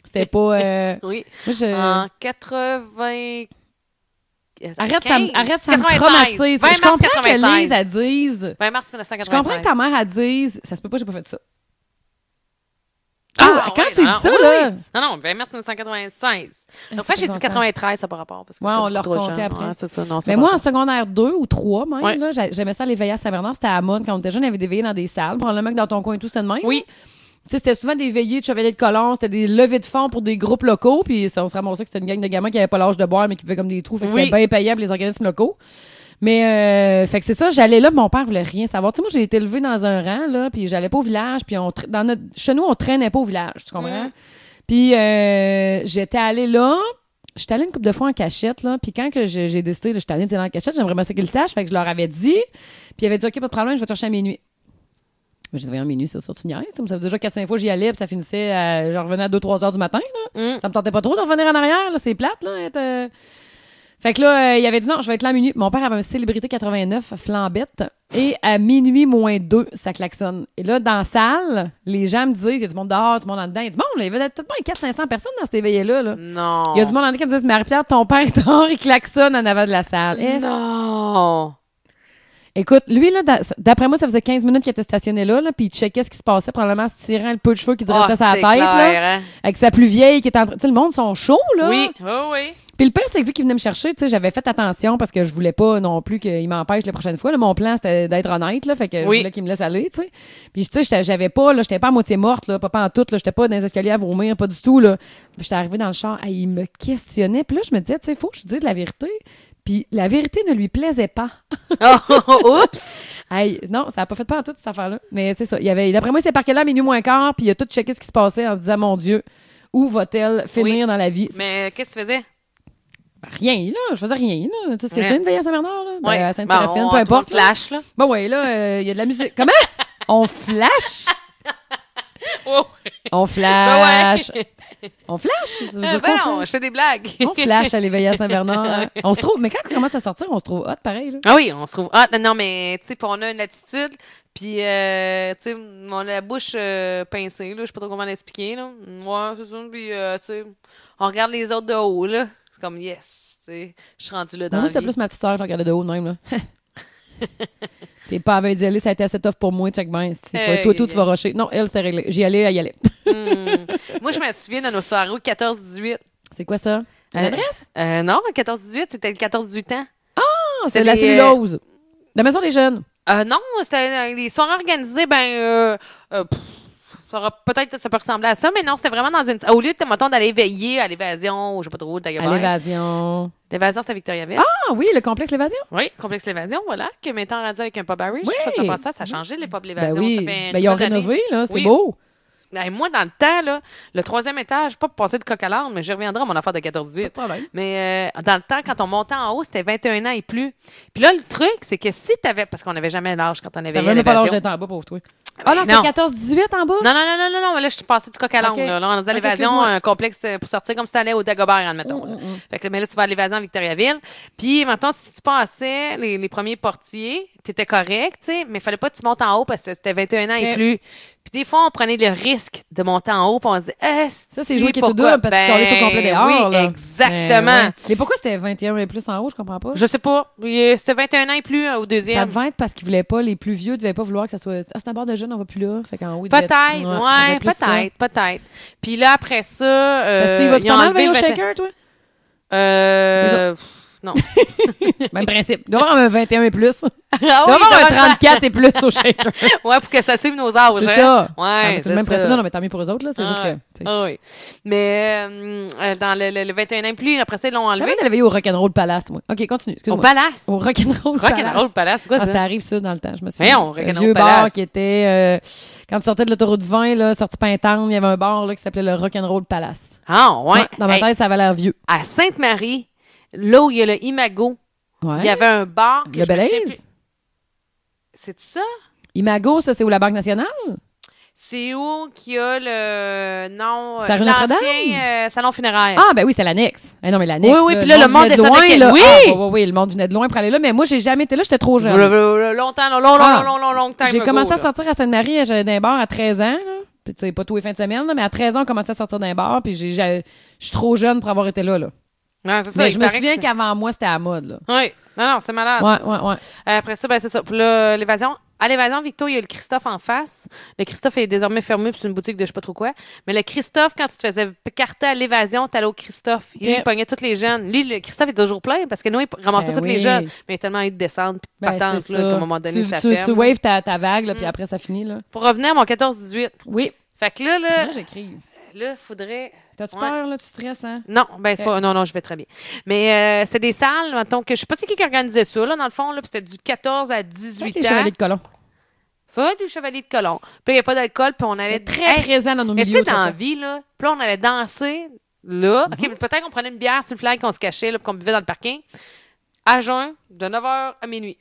C'était pas... euh, Oui. moi, je- En 80. Arrête, ça, me- 15, arrête, ça me 96, traumatise. 20 mars Je comprends que 96. Lise, elle dise... 20 mars Je comprends que 1996. ta mère, elle dise... Ça se peut pas, j'ai pas fait ça. Ah, Ah, quand ouais, tu dis non, ça, oui, là... oui. Non, non, 20 mars 1996. ça Après, fait j'ai bon dit sens. 93, ça par rapport. Parce que Ouais, j'étais on beaucoup l'a trop reconté jeune. après. Ouais, c'est ça, non, ça Mais va moi, pas. en secondaire 2 ou 3, même, Ouais. là, j'a- j'aimais ça aller veiller à Saint-Bernard. C'était à Mode. Quand on était jeune, il y avait des veillées dans des salles. Probablement que dans ton coin et tout, c'était de même. Oui. Tu sais, c'était souvent des veillées de chevaliers de colon, c'était des levées de fonds pour des groupes locaux, puis ça, on se ramassait que c'était une gang de gamins qui n'avaient pas l'âge de boire, mais qui buvaient comme des trous, fait que Oui. c'était bien payant pour les organismes locaux. Mais euh, fait que c'est ça, j'allais là, mon père voulait rien savoir. Tu sais, moi j'ai été élevée dans un rang là, puis j'allais pas au village, puis on tra- dans notre chez nous on traînait pas au village, tu comprends Mm. Puis euh, j'étais allée là, j'étais allée une couple de fois en cachette là, puis quand que j'ai j'ai décidé là, j'étais allée en cachette, j'aimerais bien ça qu'ils le sachent, fait que je leur avais dit, puis ils avaient dit OK, pas de problème, je vais te chercher à minuit. Mais j'ai dit voyons minuit, c'est sûr tu niaises, ça me- ça fait déjà 4 5 fois j'y allais, puis ça finissait à, je revenais à 2 3 heures du matin. Mm. Ça me tentait pas trop de revenir en arrière, là, c'est plate, là. être, euh. Fait que là, euh, il avait dit non, je vais être là à minuit. Mon père avait un célébrité 89, flambette, et à minuit moins deux, ça klaxonne. Et là, dans la salle, les gens me disent, il y a du monde dehors, du monde en dedans, il y a du monde, là. il y avait peut-être pas 400-500 personnes dans cet éveillé-là, là. Non. Il y a du monde en dedans qui me disent, Marie-Pierre, ton père est dehors, il klaxonne en avant de la salle. Eh, Non. Écoute, lui, là, d'a- d'après moi, ça faisait 15 minutes qu'il était stationné là, là puis il checkait ce qui se passait, probablement en se tirant le peu de cheveux qui restait Ah, sur sa c'est tête, là, clair, hein? avec sa plus vieille qui est en train. Tu sais, le monde sont chauds, là. Oui, oui, oui. Puis le pire, c'est que vu qu'il venait me chercher, tu sais, j'avais fait attention parce que je voulais pas non plus qu'il m'empêche la prochaine fois. là. mon plan, c'était d'être honnête, là. Fait que je Oui. voulais qu'il me laisse aller, tu sais. Puis, tu sais, j'étais- j'avais pas, là, j'étais pas à moitié morte, là, pas, pas en tout, là. J'étais pas dans les escaliers à vomir, pas du tout, là. Puis j'étais arrivée dans le char, et il me questionnait. Puis là, je me disais, tu sais, faut que je dise la vérité. Puis la vérité ne lui plaisait pas. Oh, oups! Hey, non, ça a pas fait pas en toute cette affaire-là. Mais c'est ça. Il y avait, d'après moi, c'est parqué là à minuit moins quart, puis il a tout checké ce qui se passait en se disant, mon Dieu, où va-t-elle finir dans la vie? Mais qu'est-ce que tu faisais? rien, là. Je faisais rien, là. Tu sais ce que Ouais. c'est, une veillée à Saint-Bernard, là? Ben, Ouais. à Bon, Sainte-Séraphine, on- peu on importe. là. flash, là. Ben ouais, là, euh, il y a de la musique. Comment? On flash? Oh, oui. On flash. Ben On flash? Ça veut Ben dire quoi, non, flash? je fais des blagues. On flash à l'éveillé à Saint-Bernard. hein. On se trouve, mais quand on commence à sortir, on se trouve hot pareil, là. Ah oui, on se trouve. Ah, non, non, mais tu sais, puis on a une attitude, puis euh, tu sais, on a la bouche euh, pincée, là. Je sais pas trop comment l'expliquer, là. Ouais, c'est ça. Puis, euh, tu sais, on regarde les autres de haut, là. C'est comme yes, tu sais. Je suis rendue là dans moi, la c'était vie. plus ma petite soeur, je la regardais de haut de même, là. T'es pas avec d'y aller, ça a été assez tough pour moi, check bien. Tu vas- Toi, toi, Euh, tu vas rusher. Non, elle, c'était réglé. J'y allais, elle y allait. Hmm. Moi, je me souviens de nos soirées au 14-18. C'est quoi ça? Euh, L'adresse? Ah, Euh, non, 14-18, c'était le 14-18 ans. c'est la les, euh, cellulose. La maison des jeunes. Euh, non, c'était euh, les soirées organisées, ben euh, euh, pff, ça aura- peut-être ça peut ressembler à ça, mais non, c'était vraiment dans une au lieu de mettons, d'aller veiller à l'évasion ou je sais pas trop À d'ailleurs. l'évasion. L'évasion c'était à Victoriaville. Ah oui, le complexe l'évasion. Oui, complexe l'évasion, voilà, que mettant radio avec un pub Irish, Oui. ça, ça, passe ça, ça a changé les pubs l'évasion, Ben oui, ça fait une ben, ils ont couple d'années. rénové, là, c'est Oui. beau. Hey, moi dans le temps là, le troisième étage, pas pour passer de coq à l'âne, mais je reviendrai à mon affaire de 14-18. problème. Mais euh, dans le temps, quand on montait en haut, c'était 21 ans et plus. Puis là, le truc, c'est que si t'avais... Parce qu'on n'avait jamais l'âge quand on avait T'avais même pas l'âge d'être en bas, pauvre toi. Ah non, ben non. c'était 14-18 en bas? Non, non, non, non, non, non, mais là, je suis passée du coq à l'âne. Ok. Là, Là, on disait à Ok, l'évasion, excuse-moi. un complexe euh, pour sortir comme si t'allais au Dagobert, admettons. là. Mm, mm, mm. Fait que, là, mais là, tu vas à l'évasion à Victoriaville. Puis, maintenant, si tu passais les, les premiers portiers, t'étais correct, tu sais, mais fallait pas que tu montes en haut parce que c'était 21 ans et Ok. plus. Puis, des fois, on prenait le risque de monter en haut, puis on se disait, Eh, Ça, c'est joué qui est au double parce que tu qu'on collais sur le complet dehors. Ben Oui, là. exactement. Mais, ouais. Mais pourquoi c'était 21 et plus en haut? Je comprends pas. Je sais pas. Il est- C'était 21 ans et plus hein, au Ça deuxième. devait être parce qu'ils voulaient pas, les plus vieux devaient pas vouloir que ça soit. Ah, c'est un bar de jeunes, on va plus là. Fait qu'en haut, ils devaient- Peut-être, on avait ouais, plus ça. peut-être, peut-être. Puis là, après ça, euh, Parce que tu vas-tu ils ont pas mal enlevé veiller au le vingt- shaker, toi? Euh, pff, non. Même principe. Ben, Il doit y avoir un 21 et plus. Il Ah doit y oui, avoir devant un le- 34 et plus au shaker. Ouais, pour que ça suive nos âges. C'est hein. ça. Ah, mais Ouais, C'est le même principe. Non, non, mais tant mieux pour eux autres, là. C'est juste Ah. que. tu sais. Ah oui. Mais euh, euh, dans le, le- le 21 ans et plus, après ça, ils l'ont enlevé. T'avais d'aller veiller au rock'n'roll palace, moi. Ok, Au continue. Ah Excuse-moi. palace. Au rock'n'roll palace. Rock'n'roll palace, c'est quoi Ah, ça? ça arrive ça dans le temps, je me Voyons, souviens. C'était un Reginald vieux Palace. bar qui était euh, quand tu sortais de l'autoroute 20 là, sorti Pintante, il y avait un bar là, qui s'appelait le Rock'n'Roll Palace. Ah, ouais. Ouais, dans ma Hey, tête, ça avait l'air vieux. à Sainte-Marie, là où il y a le Imago, Ouais. il y avait un bar. que le je me souviens Belize. plus- C'est ça? Imago, ça c'est où la Banque nationale C'est où qu'il y a le non euh, Sur la rue l'ancien Notre-Dame? euh, salon funéraire. Ah ben oui, c'était l'annexe. Eh non mais l'annexe. Oui, oui, puis là, le monde venait de descendait loin, avec- là. Oui! Ah, oui, oui, oui, le monde venait de loin pour aller là, mais moi j'ai jamais été là, j'étais trop V'là- jeune. v'là- longtemps, long, long, Ah. long, long, long, long time J'ai ago, commencé à là. sortir à Sainte-Marie, j'allais dans un bar à 13 ans. là. Puis tu sais pas tous les fins de semaine, là, mais à 13 ans, on commençait à sortir d'un bar, puis j'ai- j'ai- je suis trop jeune pour avoir été là. là. Ouais, c'est ça, Mais il je me paraît que souviens c'est- Ah. qu'avant moi, c'était à la mode. Là. Oui. Non, non, c'est malade. Ouais, ouais, ouais. Après ça, ben, c'est ça. Puis là, l'évasion. À l'évasion, Victo, il y a le Christophe en face. Le Christophe est désormais fermé, puis c'est une boutique de je sais pas trop quoi. Mais le Christophe, quand tu te faisais carter à l'évasion, t'allais au Christophe. Lui, Ok. il pognait tous les jeunes. Lui, le Christophe est toujours plein parce que nous, il ramassait Ben tous les oui. jeunes. Mais il y a tellement eu de descentes puis de Ben, patentes, c'est là, ça. qu'à un moment donné, tu, ça tu, ferme. tu waves ta, ta vague, là, puis Mm. après, ça finit. Là. Pour revenir à mon 14-18, Oui. Fait que là, là, Comment j'écris? là, faudrait. T'as-tu Euh, Ouais. peur, là? Tu stresses, hein? Non, ben c'est Ok. pas. Non, non, je vais très bien. Mais euh, c'est des salles, mettons que je sais pas c'est qui qui organisait ça, là, dans le fond, là, puis c'était du 14 à Avec 18 les ans. chevaliers de colon. Ça, du chevalier de colon. Puis il n'y a pas d'alcool, puis on allait C'est très Hey, présent dans nos Mais tu sais, milieux. dans la autrefois. vie, là, puis là, on allait danser, là. Mm-hmm. OK, mais peut-être qu'on prenait une bière sur le flag, qu'on se cachait, là, puis qu'on buvait dans le parking. À jeun, de 9h à minuit.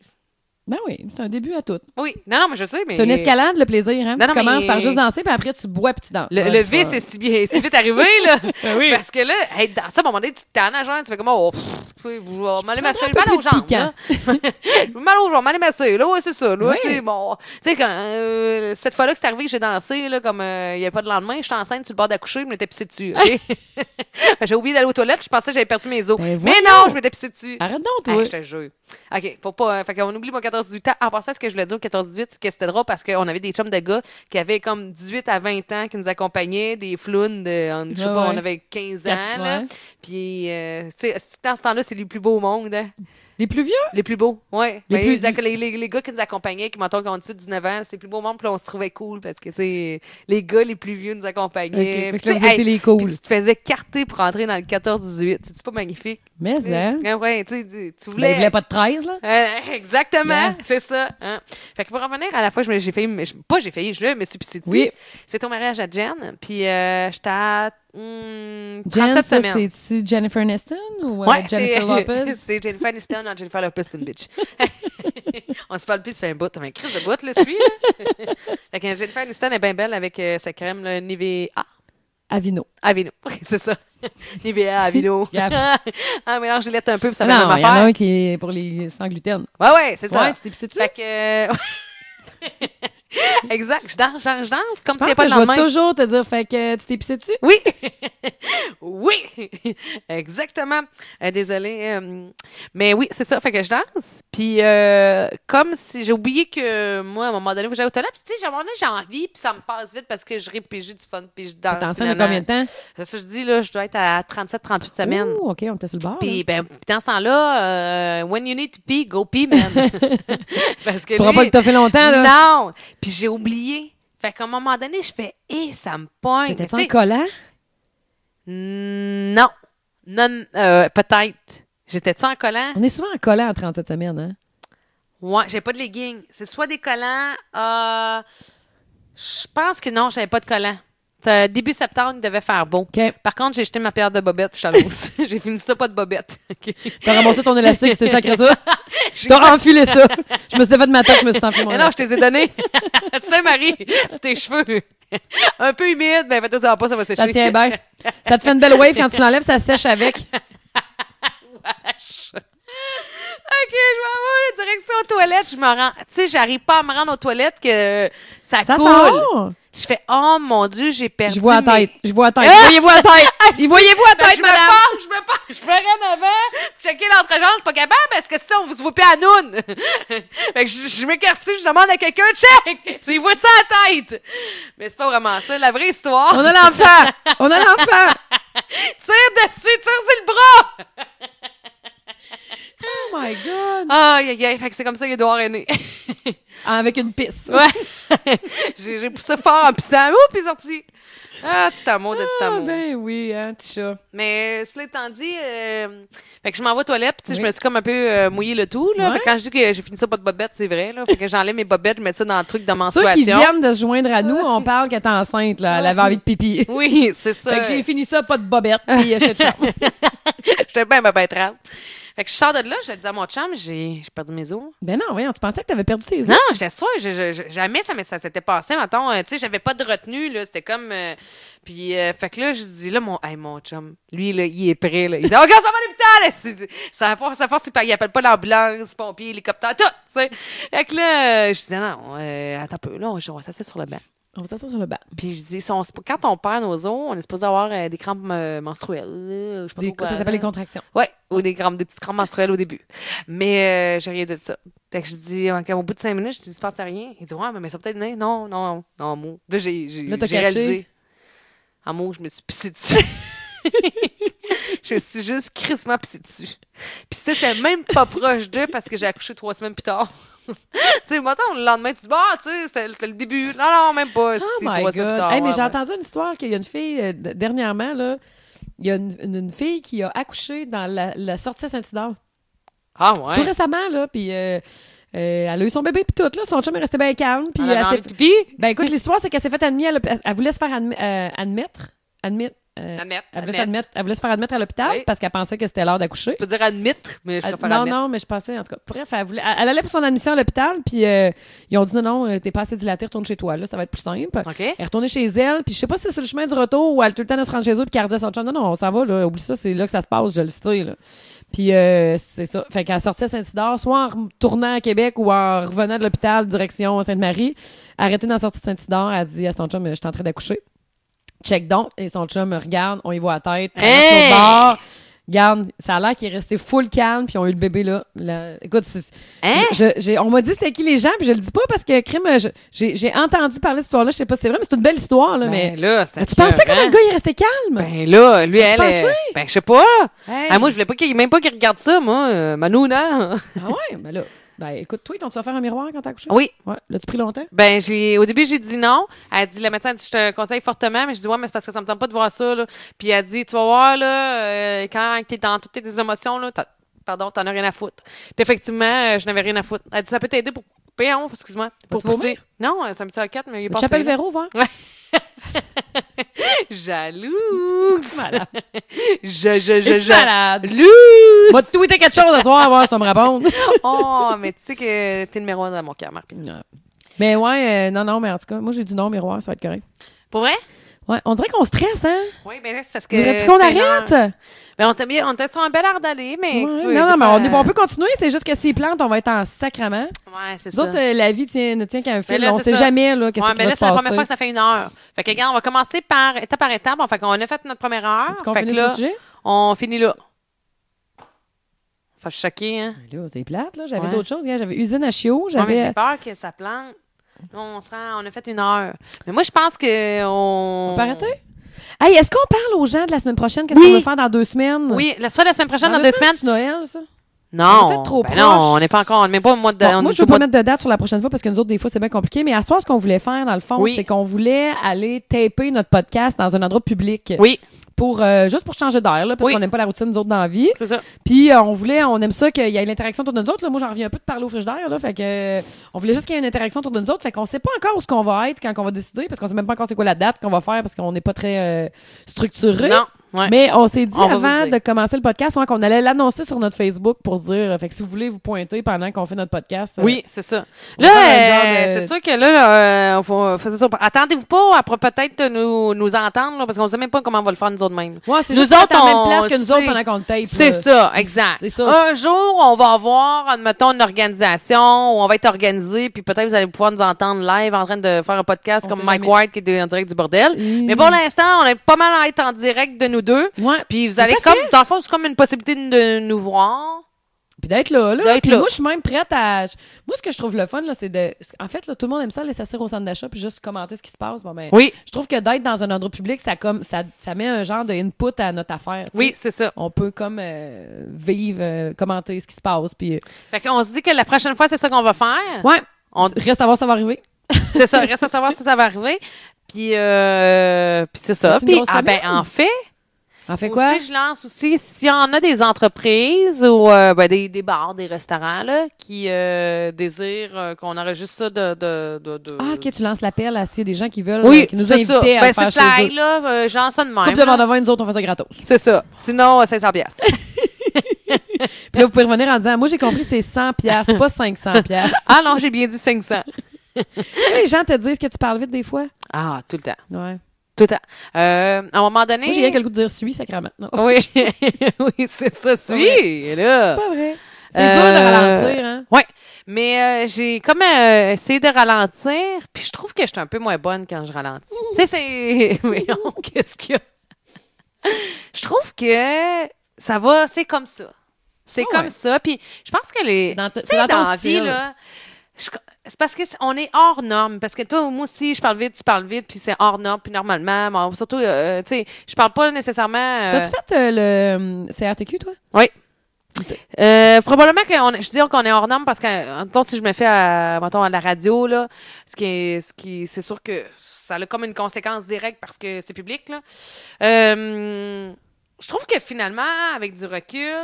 Ben oui, c'est un début à tout. Oui. Non, non, mais je sais, mais... C'est une escalade, le plaisir, hein? Non, tu non, commences mais- par juste danser, puis après, tu bois, puis tu danses. Le, le vice est si, bien, si vite arrivé, là. Ben oui. Parce que là, hey, dans- tu sais, à un moment donné, tu te tannes à jeun, tu fais comme, oh, pff, oui, je vais m'aller masser, j'ai prendrais mal un aux jambes. peu là. J'ai mal aux jambes, m'aller masser, là, ouais, c'est ça, là, Oui. tu sais, bon. Tu sais, quand, euh, cette fois-là que c'est arrivé que j'ai dansé, là, comme euh, il n'y avait pas de lendemain, j'étais enceinte sur le bord d'accoucher, je m'étais pissée dessus, OK? j'ai oublié d'aller aux toilettes, je pensais que j'avais perdu mes os. Ben Mais voyons. non, je m'étais pissée dessus. Arrête donc, Ah, toi. je te jure. OK, faut pas. euh, fait qu'on oublie mon 14-18 ans. En passant, ce que je voulais dire au 14-18, c'est que c'était drôle parce qu'on avait des chums de gars qui avaient comme 18 à 20 ans qui nous accompagnaient, des flounes de. en- je sais Ouais, pas, Ah ouais. on avait 15 ans, Quatre- là. ouais. Puis, euh, tu sais, c'est- dans ce temps-là, c'est les plus beaux au monde, hein. Les plus vieux? Les plus beaux, ouais. Les Mais plus- ils nous acco- Les, les- les gars qui nous accompagnaient, qui m'entendent qu'on dessus de 19 ans, c'est les plus beaux au monde, puis on se trouvait cool parce que, tu sais, les gars les plus vieux nous Ok, accompagnaient. fait Puis, que là, tu vous sais, étiez hey, les puis cool. tu te faisais carter pour entrer dans le 14-18. C'est pas magnifique? Mais, hein? Ouais, ouais, tu sais, tu Ben, ils voulais. voulaient pas de 13, là? Euh, exactement, Yeah. c'est ça. hein. Fait que pour revenir à la fois, je me- j'ai failli, me- je- pas j'ai failli, je me suis pissée dessus. Oui. C'est ton mariage à Jen, puis euh, j'étais à hmm, 37 Jen, ça, semaines. c'est-tu Jennifer Aniston ou euh, Ouais, Jennifer c'est- Lopez? c'est Jennifer Aniston, non, Jennifer Lopez, c'est une bitch. On se parle plus, ça fait un bout. T'as un crise de bout, là, celui là. fait que Jennifer Aniston est bien belle avec euh, sa crème, là, Nivea. Avino. Avino, c'est ça. Nivea, Avino. Gaffe. ah, mélange les lettres un peu, puis ça fait la non, même il y en a affaire. un qui est pour les sans gluten. Ouais, ouais, c'est ça. Ouais, tu t'es pissé dessus? Fait que. exact. Je danse, je je danse comme Je s'il n'y pense a pas de que je vais lendemain. toujours te dire, fait que tu t'es pissé dessus? Oui! oui! Exactement. Euh, désolée. euh, mais oui, c'est ça. Fait que je danse. Puis, euh, comme si j'ai oublié que moi, à un moment donné, faut que j'aille au toilette. Puis, tu sais, à un moment donné, j'ai envie, puis ça me passe vite parce que je répégis du fun, puis je danse. T'es enceinte de nanana. combien de temps? C'est ça que je dis, là, je dois être à 37, 38 semaines. Ouh, OK, on était sur le bord. Puis, ben, dans ce temps-là, euh, when you need to pee, go pee, man. parce que Tu pourras lui- pas le toffer longtemps, là. Non! Puis j'ai oublié. Fait qu'à un moment donné, je fais Eh, ça me poigne. T'étais-tu Tu en sais, collant? Non. Non, euh, peut-être. J'étais-tu en collant? On est souvent en collant en 37 semaines, hein? Ouais, j'ai pas de leggings. C'est soit des collants. euh, Je pense que non, j'avais pas de collants. Euh, Début septembre, il devait faire beau. OK. Par contre, j'ai jeté ma paire de bobettes, Chalos. j'ai fini ça, pas de bobettes. OK. T'as ramassé ton élastique, tu t'es sacré ça. J'ai T'as enfilé ça. Je me suis levé de ma tête, je me suis enfilé mon Mais Eh non, je élastique. te les ai donnés. tu sais, Marie, pour tes cheveux. Un peu humide, ben fais-toi ça va pas, ça va sécher. Ça tient bien. Ça te fait une belle wave quand tu l'enlèves, ça sèche avec. Wesh. OK, je m'en vais direction aux toilettes. Je me rends. Tu sais, j'arrive pas à me rendre aux toilettes que ça, Ça coule. sort. Je fais Oh mon Dieu, j'ai perdu. Je vois à mes- tête. Je vois à tête. Ah! Voyez-vous à tête. Y Voyez-vous à Ben, tête, je me madame. pars, je me pars, je me rends avant, checker l'entrejambe, je suis pas capable parce que sinon, vous se voit plus à noun. fait que je, je m'écartille, je demande à quelqu'un, check! Tu y vois de ça à la tête! Mais c'est pas vraiment ça, la vraie histoire. On a l'enfant. On a l'enfant. Tire dessus, tire sur le bras! Oh my God. Aïe, aïe, aïe, fait que c'est comme ça qu'Edouard est né. Ah, Avec une pisse. Ouais. j'ai, j'ai poussé fort en pissant. Ouh, puis sorti. Ah, petit amour de petit Ah, amour. ben oui, hein, petit chat. Mais euh, cela étant dit, euh, fait que je m'en vais aux toilettes, puis tu sais, je Oui. me suis comme un peu euh, mouillé le tout. Là. Ouais. Fait que quand je dis que j'ai fini ça pas de bobettes, c'est vrai. Là. Fait que j'enlève mes bobettes, je mets ça dans le truc de Ceux qui menstruation. viennent de se joindre à nous, on parle qu'elle est enceinte, là. Elle avait envie de pipi. Oui, c'est ça. Fait que j'ai fini ça, pas de bobette, puis euh, je te ferme. J'étais bien, bien, bien trempe. Fait que je sors de là, je dis à mon chum, j'ai, j'ai perdu mes os. Ben non, voyons, tu pensais que t'avais perdu tes os. Non, j'étais sûre. je- je- je- jamais ça, m'est- ça s'était passé. Mettons, euh, tu sais, j'avais pas de retenue. là, C'était comme. euh, puis, euh, fait que là, je dis, là, mon, hey, mon chum, lui, là, il est prêt. Là. Il dit, oh, regarde, ça va à l'hôpital. C'est- Ça force, ça force, il pa- il appelle pas l'ambulance, pompier, hélicoptère, tout. tu sais. Fait que là, euh, je dis, non, euh, attends un peu. Là, on, on va s'asseoir sur le banc. On va s'asseoir sur le banc. Puis, je dis, si on se- quand on perd nos os, on est supposé avoir euh, des crampes euh, menstruelles. là, je sais pas Des- trop quoi, ça là. s'appelle les contractions. Ouais, ou des, crampes, des petites crampes menstruelles au début. Mais euh, j'ai rien de ça. Fait que je dis, euh, au bout de cinq minutes, je dis, il se passe rien. Il dit, ouais, mais, mais ça peut-être venir. Non, non, non, mot. Là, j'ai j'ai- Là, t'as j'ai caché. réalisé. En mot, je me suis pissée dessus. je me suis juste crissement pissée dessus. Puis c'était c'est même pas proche d'eux parce que j'ai accouché trois semaines plus tard. tu sais, mettons, le lendemain, tu dis, bah, tu sais, c'était le c'était le début. Non, non, même pas. Oh si, my trois semaines plus God. tard, Hey, mais ouais, j'ai ouais. entendu une histoire qu'il y a une fille, euh, d- dernièrement, là, il y a une, une- une fille qui a accouché dans la, la sortie à Saint-Isidore. Ah, Tout ouais. récemment, là, puis euh, euh, elle a eu son bébé, puis tout, là, son chum est resté bien calme, puis Elle elle avait s'est- envie de pipi. Ben écoute, l'histoire, c'est qu'elle s'est faite admettre, à l'hôp- elle, elle voulait se faire admi- euh, admettre, admettre, euh, Admettre. elle voulait, admettre. s'admettre- elle voulait se faire admettre à l'hôpital Oui. parce qu'elle pensait que c'était l'heure d'accoucher. Je peux dire admettre, mais je Elle- préfère non, admettre. non, mais je pensais, en tout cas. Bref, elle, voulait- elle- elle allait pour son admission à l'hôpital, puis euh, ils ont dit non, non, euh, t'es pas assez dilatée, retourne chez toi, là, ça va être plus simple. OK. Elle est retournée chez elle, puis je sais pas si c'est sur le chemin du retour ou elle a tout le temps de se rendre chez eux, puis qu'elle redit à son chum, non, non, on s'en va, là, oublie ça, c'est là que ça se passe, je le sais, là. Puis euh, c'est ça. Fait qu'elle sortait à Saint-Isidore, soit en retournant à Québec ou en revenant de l'hôpital direction Sainte-Marie, arrêtée dans la sortie de Saint-Isidore, elle dit à son chum, je suis en train d'accoucher. Check donc, et son chum regarde, on y voit la tête, elle reste Hey! sur le bord. Garde, ça a l'air qu'il est resté full calme, puis ils ont eu le bébé là. Là, Écoute, c'est- Hein? je- je- j'ai- on m'a dit c'était qui les gens, puis je le dis pas parce que crime, je- j'ai j'ai entendu parler de cette histoire-là, je sais pas si c'est vrai, mais c'est une belle histoire là. Ben mais là, c'était Mais tu pensais écœurant. comment le gars il est resté calme Ben là, lui, elle. pensais? euh, Ben, je sais pas. Hey. Ah, moi, je voulais pas qu'il, même pas qu'il regarde ça, moi. euh, Manouna. Ah ouais, ben là, ben écoute, toi, t'ont-tu offert un miroir quand t'as accouché Ah oui. Ouais, l'as-tu pris longtemps Ben, j'ai, au début, j'ai dit non. Elle dit, le médecin a dit, je te conseille fortement, mais je dis, ouais, mais c'est parce que ça me tente pas de voir ça, là. Puis elle dit, tu vas voir, là, euh, quand t'es dans toutes tes émotions, là, t'as- pardon, t'en as rien à foutre. Puis effectivement, euh, je n'avais rien à foutre. Elle dit, ça peut t'aider pour, Péon, excuse-moi, pour Vas-tu vomir? pousser. Non, euh, c'est un petit A4, mais il est passé. Chapelle là. Véro, voir. Jalouse. Malade. Je, je, je, Es-tu je. malade. Loose. Va te tweeter quelque chose à soir, voir si on me répond. Oh, mais tu sais que t'es numéro un dans mon cœur, Marc. Ouais. mais ouais, euh, non, non, mais en tout cas, moi j'ai dit non, miroir, ça va être correct. Pour vrai? Ouais, on dirait qu'on stresse, hein? Oui, ben là, c'est parce que. Voudrais-tu qu'on c'est une heure. arrête? Mais on t'a bien, on t'a sur un bel art d'aller, mais. Ouais, qu'est-ce que tu veux, non, des non, mais fois, on, est- euh, on peut continuer, c'est juste que ces plantes, on va être en sacrament. Ouais, c'est Nous ça. autres, euh, la vie tient, ne tient qu'à un fil. là, on c'est sait ça. jamais là, qu'est-ce Ouais, qui mais va là, se c'est la passer. première fois que ça fait une heure. Fait que, regarde, on va commencer par étape par étape. Bon, fait qu'on a fait notre première heure. Est-ce qu'on Fait que finit là, le sujet? on finit là. Faut choquer, hein. Là, c'est plate, là. J'avais Ouais. d'autres choses. hier. J'avais usine à chiot, Ouais, mais j'avais... j'ai peur que ça plante. Là, on se rend, on a fait une heure. Mais moi, je pense que on. On peut arrêter? Hey, est-ce qu'on parle aux gens de la semaine prochaine? Qu'est-ce Oui. qu'on va faire dans deux semaines? Oui, la soit la semaine prochaine, dans, deux semaines. C'est Noël, ça? On est Non, trop ben proche. non, on n'est pas encore, on n'est même pas au mois de. Bon, Ben, on moi, est je veux au mois pas mettre de date sur la prochaine fois parce que nous autres, des fois, c'est bien compliqué. Mais à ce soir, ce qu'on voulait faire, dans le fond, Oui. c'est qu'on voulait aller taper notre podcast dans un endroit public. de- Oui, Pour, euh, juste pour changer d'air, là, parce Oui. qu'on n'aime pas la routine, nous autres, dans la vie. c'est ça. Puis euh, on voulait, on aime ça qu'il y ait l'interaction autour de nous autres. Là. Moi, j'en reviens un peu de parler au frigidaire, là. Fait que euh, on voulait juste qu'il y ait une interaction autour de nous autres. Fait qu'on sait pas encore où ce qu'on va être quand on va décider, parce qu'on sait même pas encore c'est quoi la date qu'on va faire, parce qu'on n'est pas très euh, structuré. Non, ouais. Mais on s'est dit On va vous avant le dire. de commencer le podcast ouais, qu'on allait l'annoncer sur notre Facebook pour dire. euh, Fait que si vous voulez vous pointer pendant qu'on fait notre podcast. euh, Oui, c'est ça. on va Là, faire un euh, genre de- c'est sûr que là, là, euh, faut- faut- c'est ça. attendez-vous pas à pro- peut-être nous, nous entendre, là, parce qu'on sait même pas comment on va le faire nous autres mêmes. Ouais, c'est Nous juste autres, autres, en on même place que nous sait- autres pendant qu'on le tape. C'est là. ça, exact. c'est ça. Un jour, on va avoir, admettons, une organisation où on va être organisé, puis peut-être vous allez pouvoir nous entendre live en train de faire un podcast On comme sait Mike jamais. White qui est en direct du bordel. Mmh. Mais pour l'instant, on est pas mal à être en direct de nous deux. Ouais. Puis, Puis vous Ça allez fait. comme, dans le fond, c'est comme une possibilité de nous voir. puis d'être là, là. D'être Puis là. moi, je suis même prête à. Moi, ce que je trouve le fun, là, c'est de. En fait, là, tout le monde aime ça, les s'asseoir au centre d'achat, puis juste commenter ce qui se passe. Bon, ben, Oui, Je trouve que d'être dans un endroit public, ça comme ça, ça met un genre de input à notre affaire. tu sais. oui, c'est ça. On peut comme euh, vivre, euh, commenter ce qui se passe, puis euh, Fait qu'on se dit que la prochaine fois, c'est ça qu'on va faire. ouais. On- Reste à voir ça va arriver. C'est ça. Reste à savoir si ça va arriver. Puis, euh, puis c'est ça. C'est une Puis, grosse ah ben, semaine. en fait, On fait quoi aussi, je lance aussi, s'il y en a des entreprises ou euh, ben, des, des bars, des restaurants là, qui euh, désirent euh, qu'on enregistre ça de... de, de, de- Ah, ok, tu lances l'appel à s'il y a des gens qui veulent, euh, oui, qui nous c'est invitent ça. à le Ben, faire c'est chez eux. fly, là. Euh, j'en sonne même. Coupe là. de vendeur, nous autres, on fait ça gratos. C'est ça. Sinon, euh, 500 piastres. Puis là, vous pouvez revenir en disant, moi, j'ai compris, c'est 100 piastres, pas 500 piastres. ah non, j'ai bien dit 500. Est-ce que Les gens te disent que tu parles vite des fois. Ah, tout le temps. Ouais. Tout le temps. Euh, à un moment donné... Moi, j'ai rien que le goût de dire suis, sacrément. Non, c'est Oui, oui c'est ça. Suis, là. pas vrai. C'est Oh. Euh, dur de ralentir, hein. Ouais, mais euh, j'ai comme euh, essayé de ralentir, puis je trouve que je suis un peu moins bonne quand je ralentis. tu sais, c'est. Mais non, qu'est-ce qu'il y a? Je trouve que ça va, c'est comme ça. C'est Ah comme ouais. ça. Puis je pense que les. C'est dans t- tu sais, c'est dans ton la vie, style. là, je- C'est parce que c'est- on est hors norme. Parce que toi, moi aussi, je parle vite, tu parles vite, puis c'est hors norme, puis normalement. mais surtout, euh, tu sais, je parle pas nécessairement. euh, T'as-tu fait euh, le euh, CRTQ, toi? Oui. Euh, probablement que on- je dis qu'on est hors norme parce que, mettons, si je me fais à, mettons, à la radio, là, ce qui est, ce qui, c'est sûr que ça a comme une conséquence directe parce que c'est public, là. Euh, je trouve que finalement, avec du recul,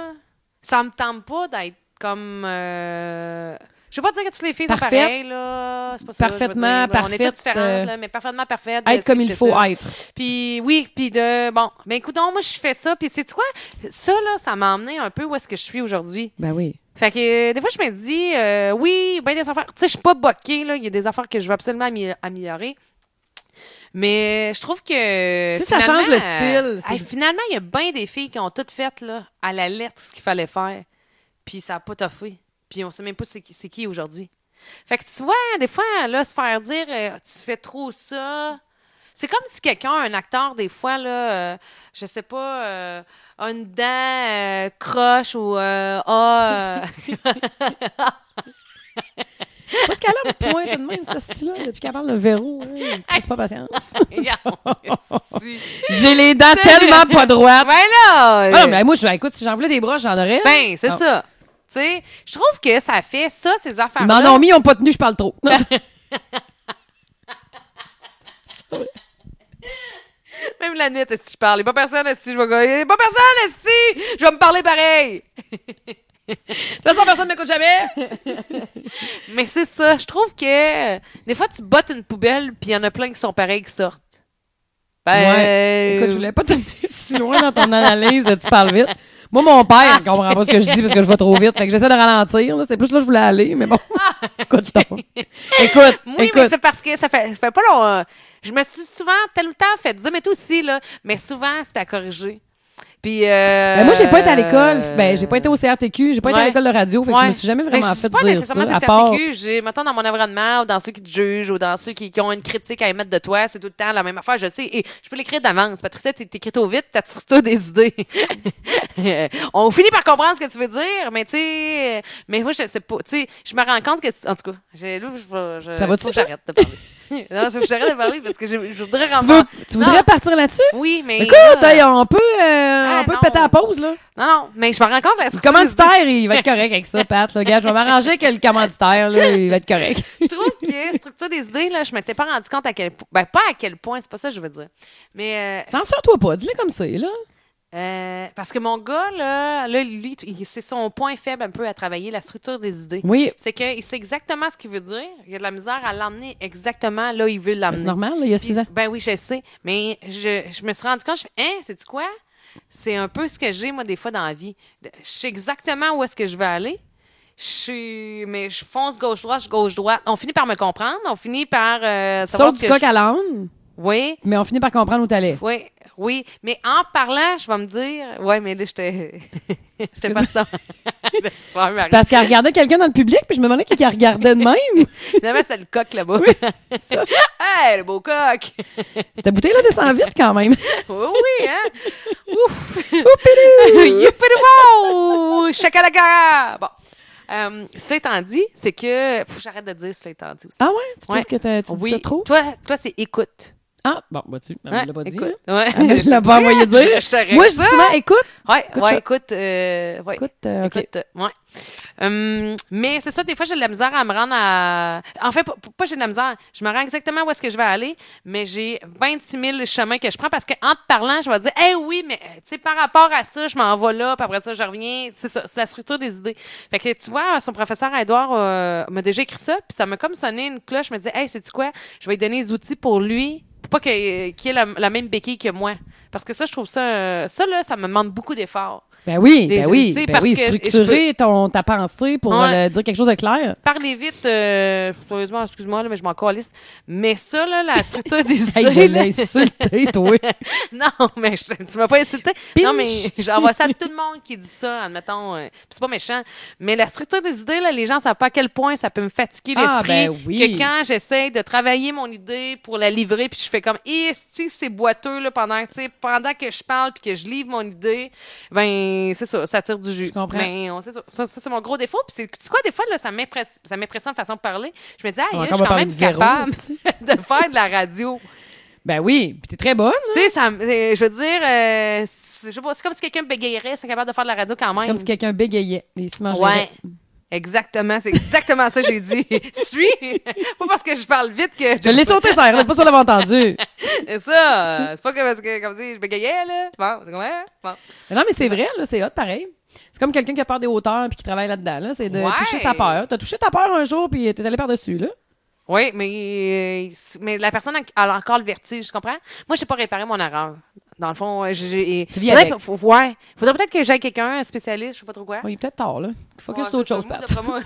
ça me tente pas d'être comme. euh, je veux pas dire que toutes les filles Parfaite. sont pareilles, là. C'est pas ça, je veux dire, là. On Parfaitement est parfaite, toutes différentes, euh, là, mais parfaitement parfaites. de Être comme ci, il de faut ça. être. Puis oui, puis de bon, ben écoute, moi je fais ça, puis c'est quoi ça là, ça m'a emmené un peu où est-ce que je suis aujourd'hui. Ben oui. Fait que euh, des fois je me dis euh, oui, ben des affaires, tu sais je suis pas boquée là, il y a des affaires que je veux absolument amé- améliorer. Mais je trouve que Si ça finalement, change le euh, style, c'est- hey, finalement il y a bien des filles qui ont toutes fait là à la lettre ce qu'il fallait faire, puis ça a pas toffé. Puis on sait même pas c'est qui, c'est qui aujourd'hui. Fait que tu vois, des fois, là, se faire dire euh, tu fais trop ça. C'est comme si quelqu'un, un acteur, des fois, là, euh, je sais pas, euh, a une dent euh, croche ou euh, a. euh, Parce qu'elle a me pointe de même, cette style-là, depuis qu'elle parle de verrou. hein. C'est pas patience. si. J'ai les dents Salut. tellement pas droites. ben là! Ah non, euh, mais moi, je, écoute, si j'en voulais des broches, j'en aurais. Ben, c'est Ah. ça. Tu sais, je trouve que ça fait ça, ces Ils m'en affaires-là. ont mis, ils n'ont pas tenu, je parle trop. Non, Même la nuit, si je parle. Il y a pas personne, si je vais. gagner. Il y a pas personne, si je vais me parler pareil. De toute façon, personne ne m'écoute jamais. Mais c'est ça. Je trouve que euh, des fois, tu bottes une poubelle, puis il y en a plein qui sont pareils qui sortent. Ben, Ouais. Écoute, je voulais pas t'amener si loin dans ton analyse de tu parles vite. Moi, mon père, il comprend pas ce que je dis parce que je vais trop vite. Fait que j'essaie de ralentir. là. C'était plus là que je voulais aller, mais bon. écoute, donc. écoute, Oui, mais écoute. c'est parce que ça fait, ça fait pas long. euh, Je me suis souvent, tel temps, fait dire, mais toi aussi, là. Mais souvent, c'était à corriger. Puis. euh, Ben, moi, j'ai pas été à l'école. Ben, j'ai pas été au CRTQ, j'ai pas été à Ouais. l'école de radio. Fait que je Ouais. me suis jamais Mais vraiment je fait suis pas dire nécessairement ça. À c'est part, CRTQ. J'ai, mettons, dans mon environnement, ou dans ceux qui te jugent, ou dans ceux qui, qui ont une critique à émettre de toi, c'est tout le temps la même affaire, je sais. Et je peux l'écrire d'avance. Patricia, t'é- t'écris trop vite, t'as surtout des idées. On finit par comprendre ce que tu veux dire, mais tu sais, mais moi, je sais pas. Tu sais, je me rends compte que, en tout cas, j'ai, là, je, je, Ça va-tu, faut que toi? j'arrête de parler. non, faut que j'arrête de parler parce que je, je voudrais tu, veux, rentrer. tu voudrais Non. partir là-dessus? Oui, mais. Écoute, là, hey, on peut, euh, Ah, on peut non. péter la pause, là. Non, non, mais je me rends compte, là, Le commanditaire, il va être correct avec ça, Pat. Là. Regarde, je vais m'arranger avec le commanditaire, là, il va être correct. je trouve que structure des idées, là, je m'étais pas rendu compte à quel point. Ben, pas à quel point, c'est pas ça que je veux dire. Mais. Censure-toi pas, dis-le comme ça, euh, là. euh, parce que mon gars, là, là lui, il- c'est son point faible un peu à travailler, la structure des idées. Oui, C'est qu'il sait exactement ce qu'il veut dire. Il a de la misère à l'emmener exactement là où il veut c'est l'emmener. normal, là, il y a Puis- six ans. Ben oui, je sais. Mais je, je me suis rendu compte, je fais, hein, c'est-tu quoi? C'est un peu ce que j'ai, moi, des fois, dans la vie. De- Je sais exactement où est-ce que je veux aller. Je suis. Mais je fonce gauche-droite, gauche-droite. On finit par me comprendre. On finit par euh, savoir Sauf ce du que. coq je- à l'âne, Oui, mais on finit par comprendre où t'allais. oui, oui. Mais en parlant, je vais me dire. Ouais, mais là, j'étais. j'étais pas dedans. Le soir, Marie. Parce qu'elle regardait quelqu'un dans le public, puis je me demandais qui qu'elle regardait de même. Finalement, c'est le coq là-bas. hey, le beau coq! Cette bouteille-là descend vite quand même. Oui, oui, hein? Ouf! Youpidou! Chakalaka! Bon. Euh, cela étant dit, c'est que. Faut que j'arrête de dire cela étant dit aussi. Ah ouais? Tu Ouais. trouves que t'as- tu dis ça trop? Toi, toi c'est écoute. Ah, bon, bah tu, elle Ouais, me l'a pas dit. hein? écoute. là. Ouais. Elle me l'a pas envoyé dire. Je, je te règle Moi, je dis hein. ça. souvent, écoute, Ouais, écoute ouais, ça. écoute. euh, ouais. écoute, euh, ok. Écoute, euh, ouais. Hum, mais c'est ça, des fois, j'ai de la misère à me rendre à. En fait, pas, pas j'ai de la misère. Je me rends exactement où est-ce que je vais aller, mais j'ai 26 000 chemins que je prends parce qu'en te parlant, je vais dire, eh oui, mais euh, tu sais, par rapport à ça, je m'en vais là, puis après ça, je reviens. C'est ça, c'est la structure des idées. Fait que tu vois, son professeur Edouard euh, m'a déjà écrit ça, puis ça m'a comme sonné une cloche. Je me disais, hey, c'est-tu quoi? Je vais lui donner les outils pour lui, pour pas que- euh, qu'il ait la, la même béquille que moi. Parce que ça, je trouve ça. euh, ça, là, ça me demande beaucoup d'efforts. Ben oui, Les- ben oui, tu sais, ben parce oui, que- structurer ton, ta pensée pour Ouais. euh, dire quelque chose de clair. Parlez vite, euh, sérieusement, excuse-moi, là, mais je m'en calisse. Mais ça, là, la structure des Hey, je idées. l'ai là- insulté, toi. non, mais je- tu m'as pas insulté. Non, mais Pinch. j'envoie ça à tout le monde qui dit ça, admettons. euh, puis c'est pas méchant. Mais la structure des idées, là, les gens savent pas à quel point ça peut me fatiguer l'esprit. Ah, ben oui. Que quand j'essaie de travailler mon idée pour la livrer, puis je fais comme, eh, si c'est boiteux, là, pendant, tu sais, pendant que je parle puis que je livre mon idée, ben, c'est ça, ça tire du jus. Je comprends. Ben, on- c'est ça, ça, ça, c'est mon gros défaut. Puis c'est, tu sais quoi, des fois, là, ça m'impressionne, ça m'impressionne de façon de parler. Je me dis, ah, On va je suis encore me quand même parler de Véro, capable aussi. de faire de la radio. Ben oui, puis t'es très bonne. hein. Tu sais, ça, me- euh, je veux dire, euh, c'est- je sais pas, c'est comme si quelqu'un me bégayerait, c'est capable de faire de la radio quand C'est même. comme si quelqu'un bégayait. Les ciments ouais. Exactement, c'est exactement ça que j'ai dit. Suis! Pas parce que je parle vite que. Je l'ai sauté, ça. C'est pas toi l'avais entendu. C'est ça! C'est pas que parce que, comme si je bégayais, là. Bon, tu comprends? Bon. Mais non, mais c'est vrai, là, c'est hot, pareil. C'est comme quelqu'un qui a peur des hauteurs puis qui travaille là-dedans. Là. C'est de Ouais. toucher sa peur. T'as touché ta peur un jour puis t'es allé par-dessus, là. Oui, mais, euh, c'est- mais la personne en- a encore le vertige, tu comprends? Moi, j'ai pas réparé mon erreur. Dans le fond, j'ai- j'ai. Tu vis Faudrait avec. que- faut- ouais. Faudrait peut-être que j'aille quelqu'un, un spécialiste, je sais pas trop quoi. Oui, peut-être tard, là. Focus Ouais, d'autres c'est ça. choses, Moi, Pat. d'après moi-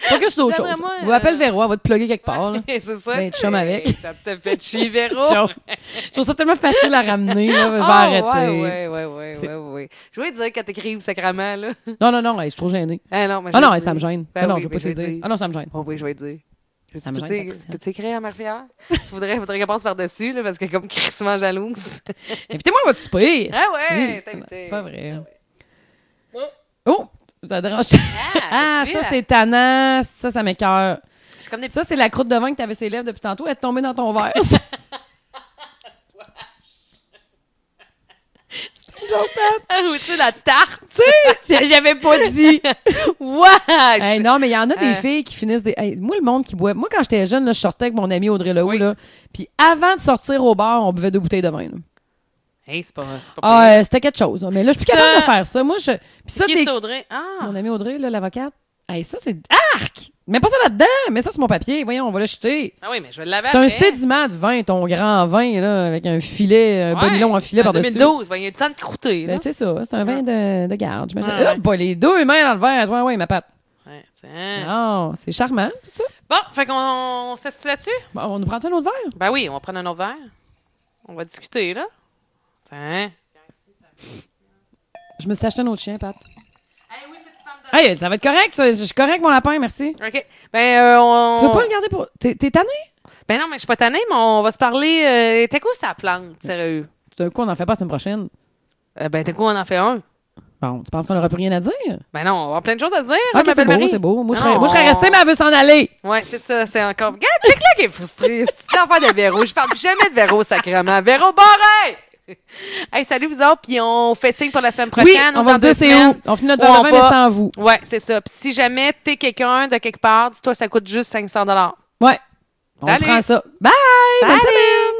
Focus d'autres d'après choses. moi, Vous appelle euh, Véro, elle va te plugger quelque part, là. c'est ça. Ben, chum avec. Hey, Ça te fait chier, Véro. Genre, Je trouve ça tellement facile à ramener, là. Je vais Ah, arrêter. Ouais, ouais, ouais, ouais, C'est- ouais, ouais. Je voulais dire que t'écrives sacrament, là. Non, non, non, hey, je suis trop gênée. Ah non, mais je Ah vais non, le hey, ça dire. me gêne. Ben ah non, oui, je vais ben pas te le vais dire. Ah non, ça me gêne. Oh oui, je vais le dire. Je Ça dis, me peux-tu- gêne, Patricia. Peux-tu écrire à Marie-Pierre? tu voudrais, faudrait qu'elle passe par-dessus, là, parce qu'elle est comme crissement jalouse. Invitez-moi à votre souper. Ah ouais, Si. t'as invité. C'est pas vrai. Ah ouais. Oh, ça dérange. Ah, t'as-tu vu, ça, là? c'est tannant. Ça, ça m'écœure. Je suis comme des Ça, c'est la croûte de vin que t'avais ses lèvres depuis tantôt. Elle est tombée dans ton verre. C'était une joke, Pat. Ah, ou tu sais, la tarte. Ah, Tu sais, j'avais pas dit. Wesh! Hey, non, mais il y en a des Euh. filles qui finissent des. hey, moi, le monde qui boit. Moi, quand j'étais jeune, là, je sortais avec mon ami Audrey Lehoux. Oui. Là, puis avant de sortir au bar, on buvait deux bouteilles de vin. là. Hey, c'est pas, c'est pas Ah, euh, c'était quelque chose. hein. Mais là, je suis plus Ça- capable de faire ça. Moi, je. Puis ça, Qui t'es- est Audrey? Ah! Mon ami Audrey, là, l'avocate. Hey, ça, c'est. Arc! Mets pas ça là-dedans! Mets ça sur mon papier. Voyons, on va le jeter. Ah oui, mais je vais le laver C'est un après. sédiment de vin, ton grand vin, là, avec un filet, un Ouais. bonilon en filet En par-dessus. 2012, ben, il y a eu le temps de croûter. là. Ben, c'est ça, c'est un vin de, de garde, j'imagine. Ouais, ouais. Hop, bah, les deux mains dans le verre, ouais, ouais, ma patte. Ouais, tiens. Non, c'est charmant, tout ça. Bon, fait qu'on on, se laisse là-dessus? Bon, on nous prend un autre verre? Ben oui, on va prendre un autre verre. On va discuter, là. Tiens. Je me suis acheté un autre chien, Pat. Hey, oui, petite femme de... Hey, ça va être correct, ça. Je suis correct, mon lapin, merci. OK. Ben, euh, on... Tu veux pas le garder pour. T'es t'es tanné? Ben non, mais je suis pas tannée, mais on va se parler... Euh, t'es quoi sa plante, sérieux? Tout d'un coup, on en fait pas la semaine prochaine. Euh, ben, t'es quoi, on en fait un? Bon, tu penses qu'on n'aura plus rien à dire? Ah, Ben non, on va avoir plein de choses à se dire, Ok, ma c'est belle beau, Marie. c'est beau. Moi, je Non, serais, moi, je serais on- restée, mais elle veut s'en aller. Ouais, c'est ça, c'est encore. Regarde, check là qui est frustré. C'est l'enfant de Véro. Je parle jamais de Véro, sacrément. Véro Barret! Hey, salut vous autres, puis on fait signe pour la semaine prochaine. oui, on ou dans va vous dire deux c'est semaines. où. On finit notre Ou verre on de vin, mais va- sans vous. Ouais, c'est ça. Puis si jamais t'es quelqu'un de quelque part, dis-toi, ça coûte juste 500 Ouais. On Salut. prend ça. Bye! Bonne Salut. semaine!